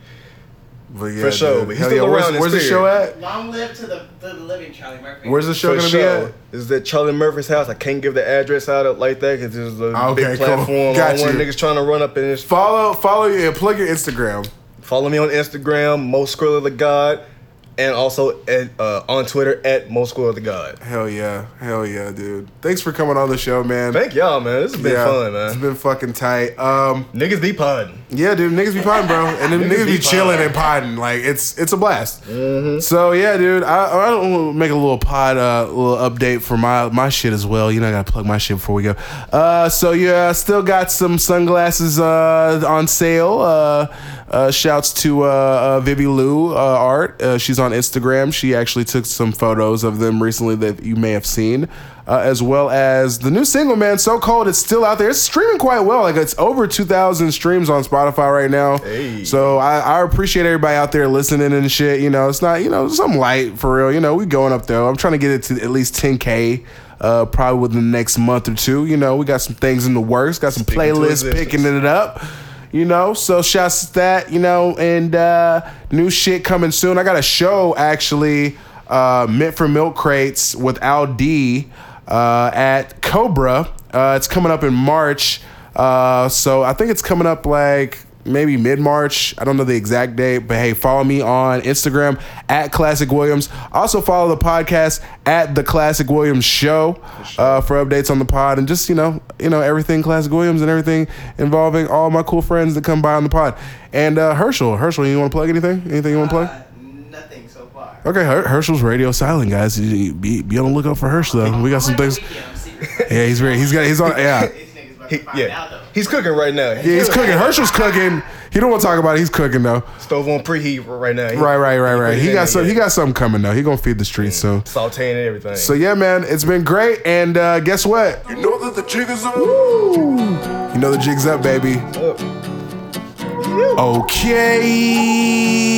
Speaker 2: But yeah,
Speaker 3: For sure,
Speaker 2: dude.
Speaker 3: but he's
Speaker 2: Hell
Speaker 3: still
Speaker 2: yeah.
Speaker 3: around in
Speaker 2: Where's, where's the
Speaker 3: spirit.
Speaker 2: show at?
Speaker 4: Long live to the, to the living Charlie Murphy.
Speaker 2: Where's the show
Speaker 3: For
Speaker 2: gonna
Speaker 3: sure.
Speaker 2: be
Speaker 3: This is at Charlie Murphy's house. I can't give the address out up like that because this is a
Speaker 2: Ah, Okay,
Speaker 3: big
Speaker 2: cool.
Speaker 3: platform. I
Speaker 2: Got
Speaker 3: don't want
Speaker 2: you.
Speaker 3: niggas trying to run up in this
Speaker 2: at? Follow, follow you. Yeah, plug your Instagram.
Speaker 3: Follow me on Instagram, Mo Skrilla the God. and also at, uh, on Twitter at Most Square of the God.
Speaker 2: Hell yeah. Hell yeah, dude. Thanks for coming on the show, man.
Speaker 3: Thank y'all, man. This has been
Speaker 2: Yeah,
Speaker 3: fun,
Speaker 2: It's
Speaker 3: man.
Speaker 2: been fucking tight. Um,
Speaker 3: Niggas be podding.
Speaker 2: yeah, dude, niggas be potting, bro, and them niggas,
Speaker 3: Niggas
Speaker 2: be
Speaker 3: be
Speaker 2: chilling
Speaker 3: potting.
Speaker 2: and potting. Like it's it's a blast. So yeah, dude, I I don't want to make a little pod uh little update for my my shit as well. You know, I gotta plug my shit before we go. Uh, so yeah, I still got some sunglasses uh on sale. Uh, uh shouts to uh, uh Vivi Lou uh, Art. Uh, she's on Instagram. She actually took some photos of them recently that you may have seen uh, as well as the new single, man, So Cold. It's still out there. It's streaming quite well. Like, it's over 2,000 streams on Spotify right now.
Speaker 3: Hey.
Speaker 2: So I, I appreciate everybody out there listening and shit. You know, it's not, you know, something light for real. You know, we going up there. I'm trying to get it to at least 10K. Uh, probably within the next month or two. You know, we got some things in the works, got some
Speaker 3: Sticking to
Speaker 2: playlists
Speaker 3: existence.
Speaker 2: picking it up. You know, so shouts to that, you know, and uh new shit coming soon. I got a show actually, uh Mint for Milk Crates with Al D uh at Cobra. Uh it's coming up in March. Uh so I think it's coming up like maybe mid March. I don't know the exact date, but hey, follow me on Instagram at Classic Williams. Also follow the podcast at the Classic Williams Show uh, for updates on the pod and just you know you know everything Classic Williams and everything involving all my cool friends that come by on the pod. And uh, Herschel, Herschel, you want to plug anything? Anything you want to play?
Speaker 4: Uh, nothing so far.
Speaker 2: Okay, Her- Herschel's radio silent, guys. You- you- Be, be on the lookout for Herschel. Though. We got some things. Yeah, he's ready. He's got. He's on. Yeah.
Speaker 4: These niggas about
Speaker 3: He,
Speaker 4: to find out
Speaker 3: yeah,
Speaker 4: though.
Speaker 3: he's cooking right now.
Speaker 2: Yeah, he's cooking. Herschel's cooking. He don't want to talk about it. He's cooking though.
Speaker 3: Stove on preheat right now. He-
Speaker 2: Right, right, right, right. He got some. He
Speaker 3: Yeah.
Speaker 2: got something coming though. He gonna feed the streets soon.
Speaker 3: sauteing and everything.
Speaker 2: So yeah, man, it's been great. And uh, guess what?
Speaker 1: You know that the jig is up.
Speaker 3: Oh,
Speaker 2: You know the jig's up, baby.
Speaker 3: Up.
Speaker 2: Okay.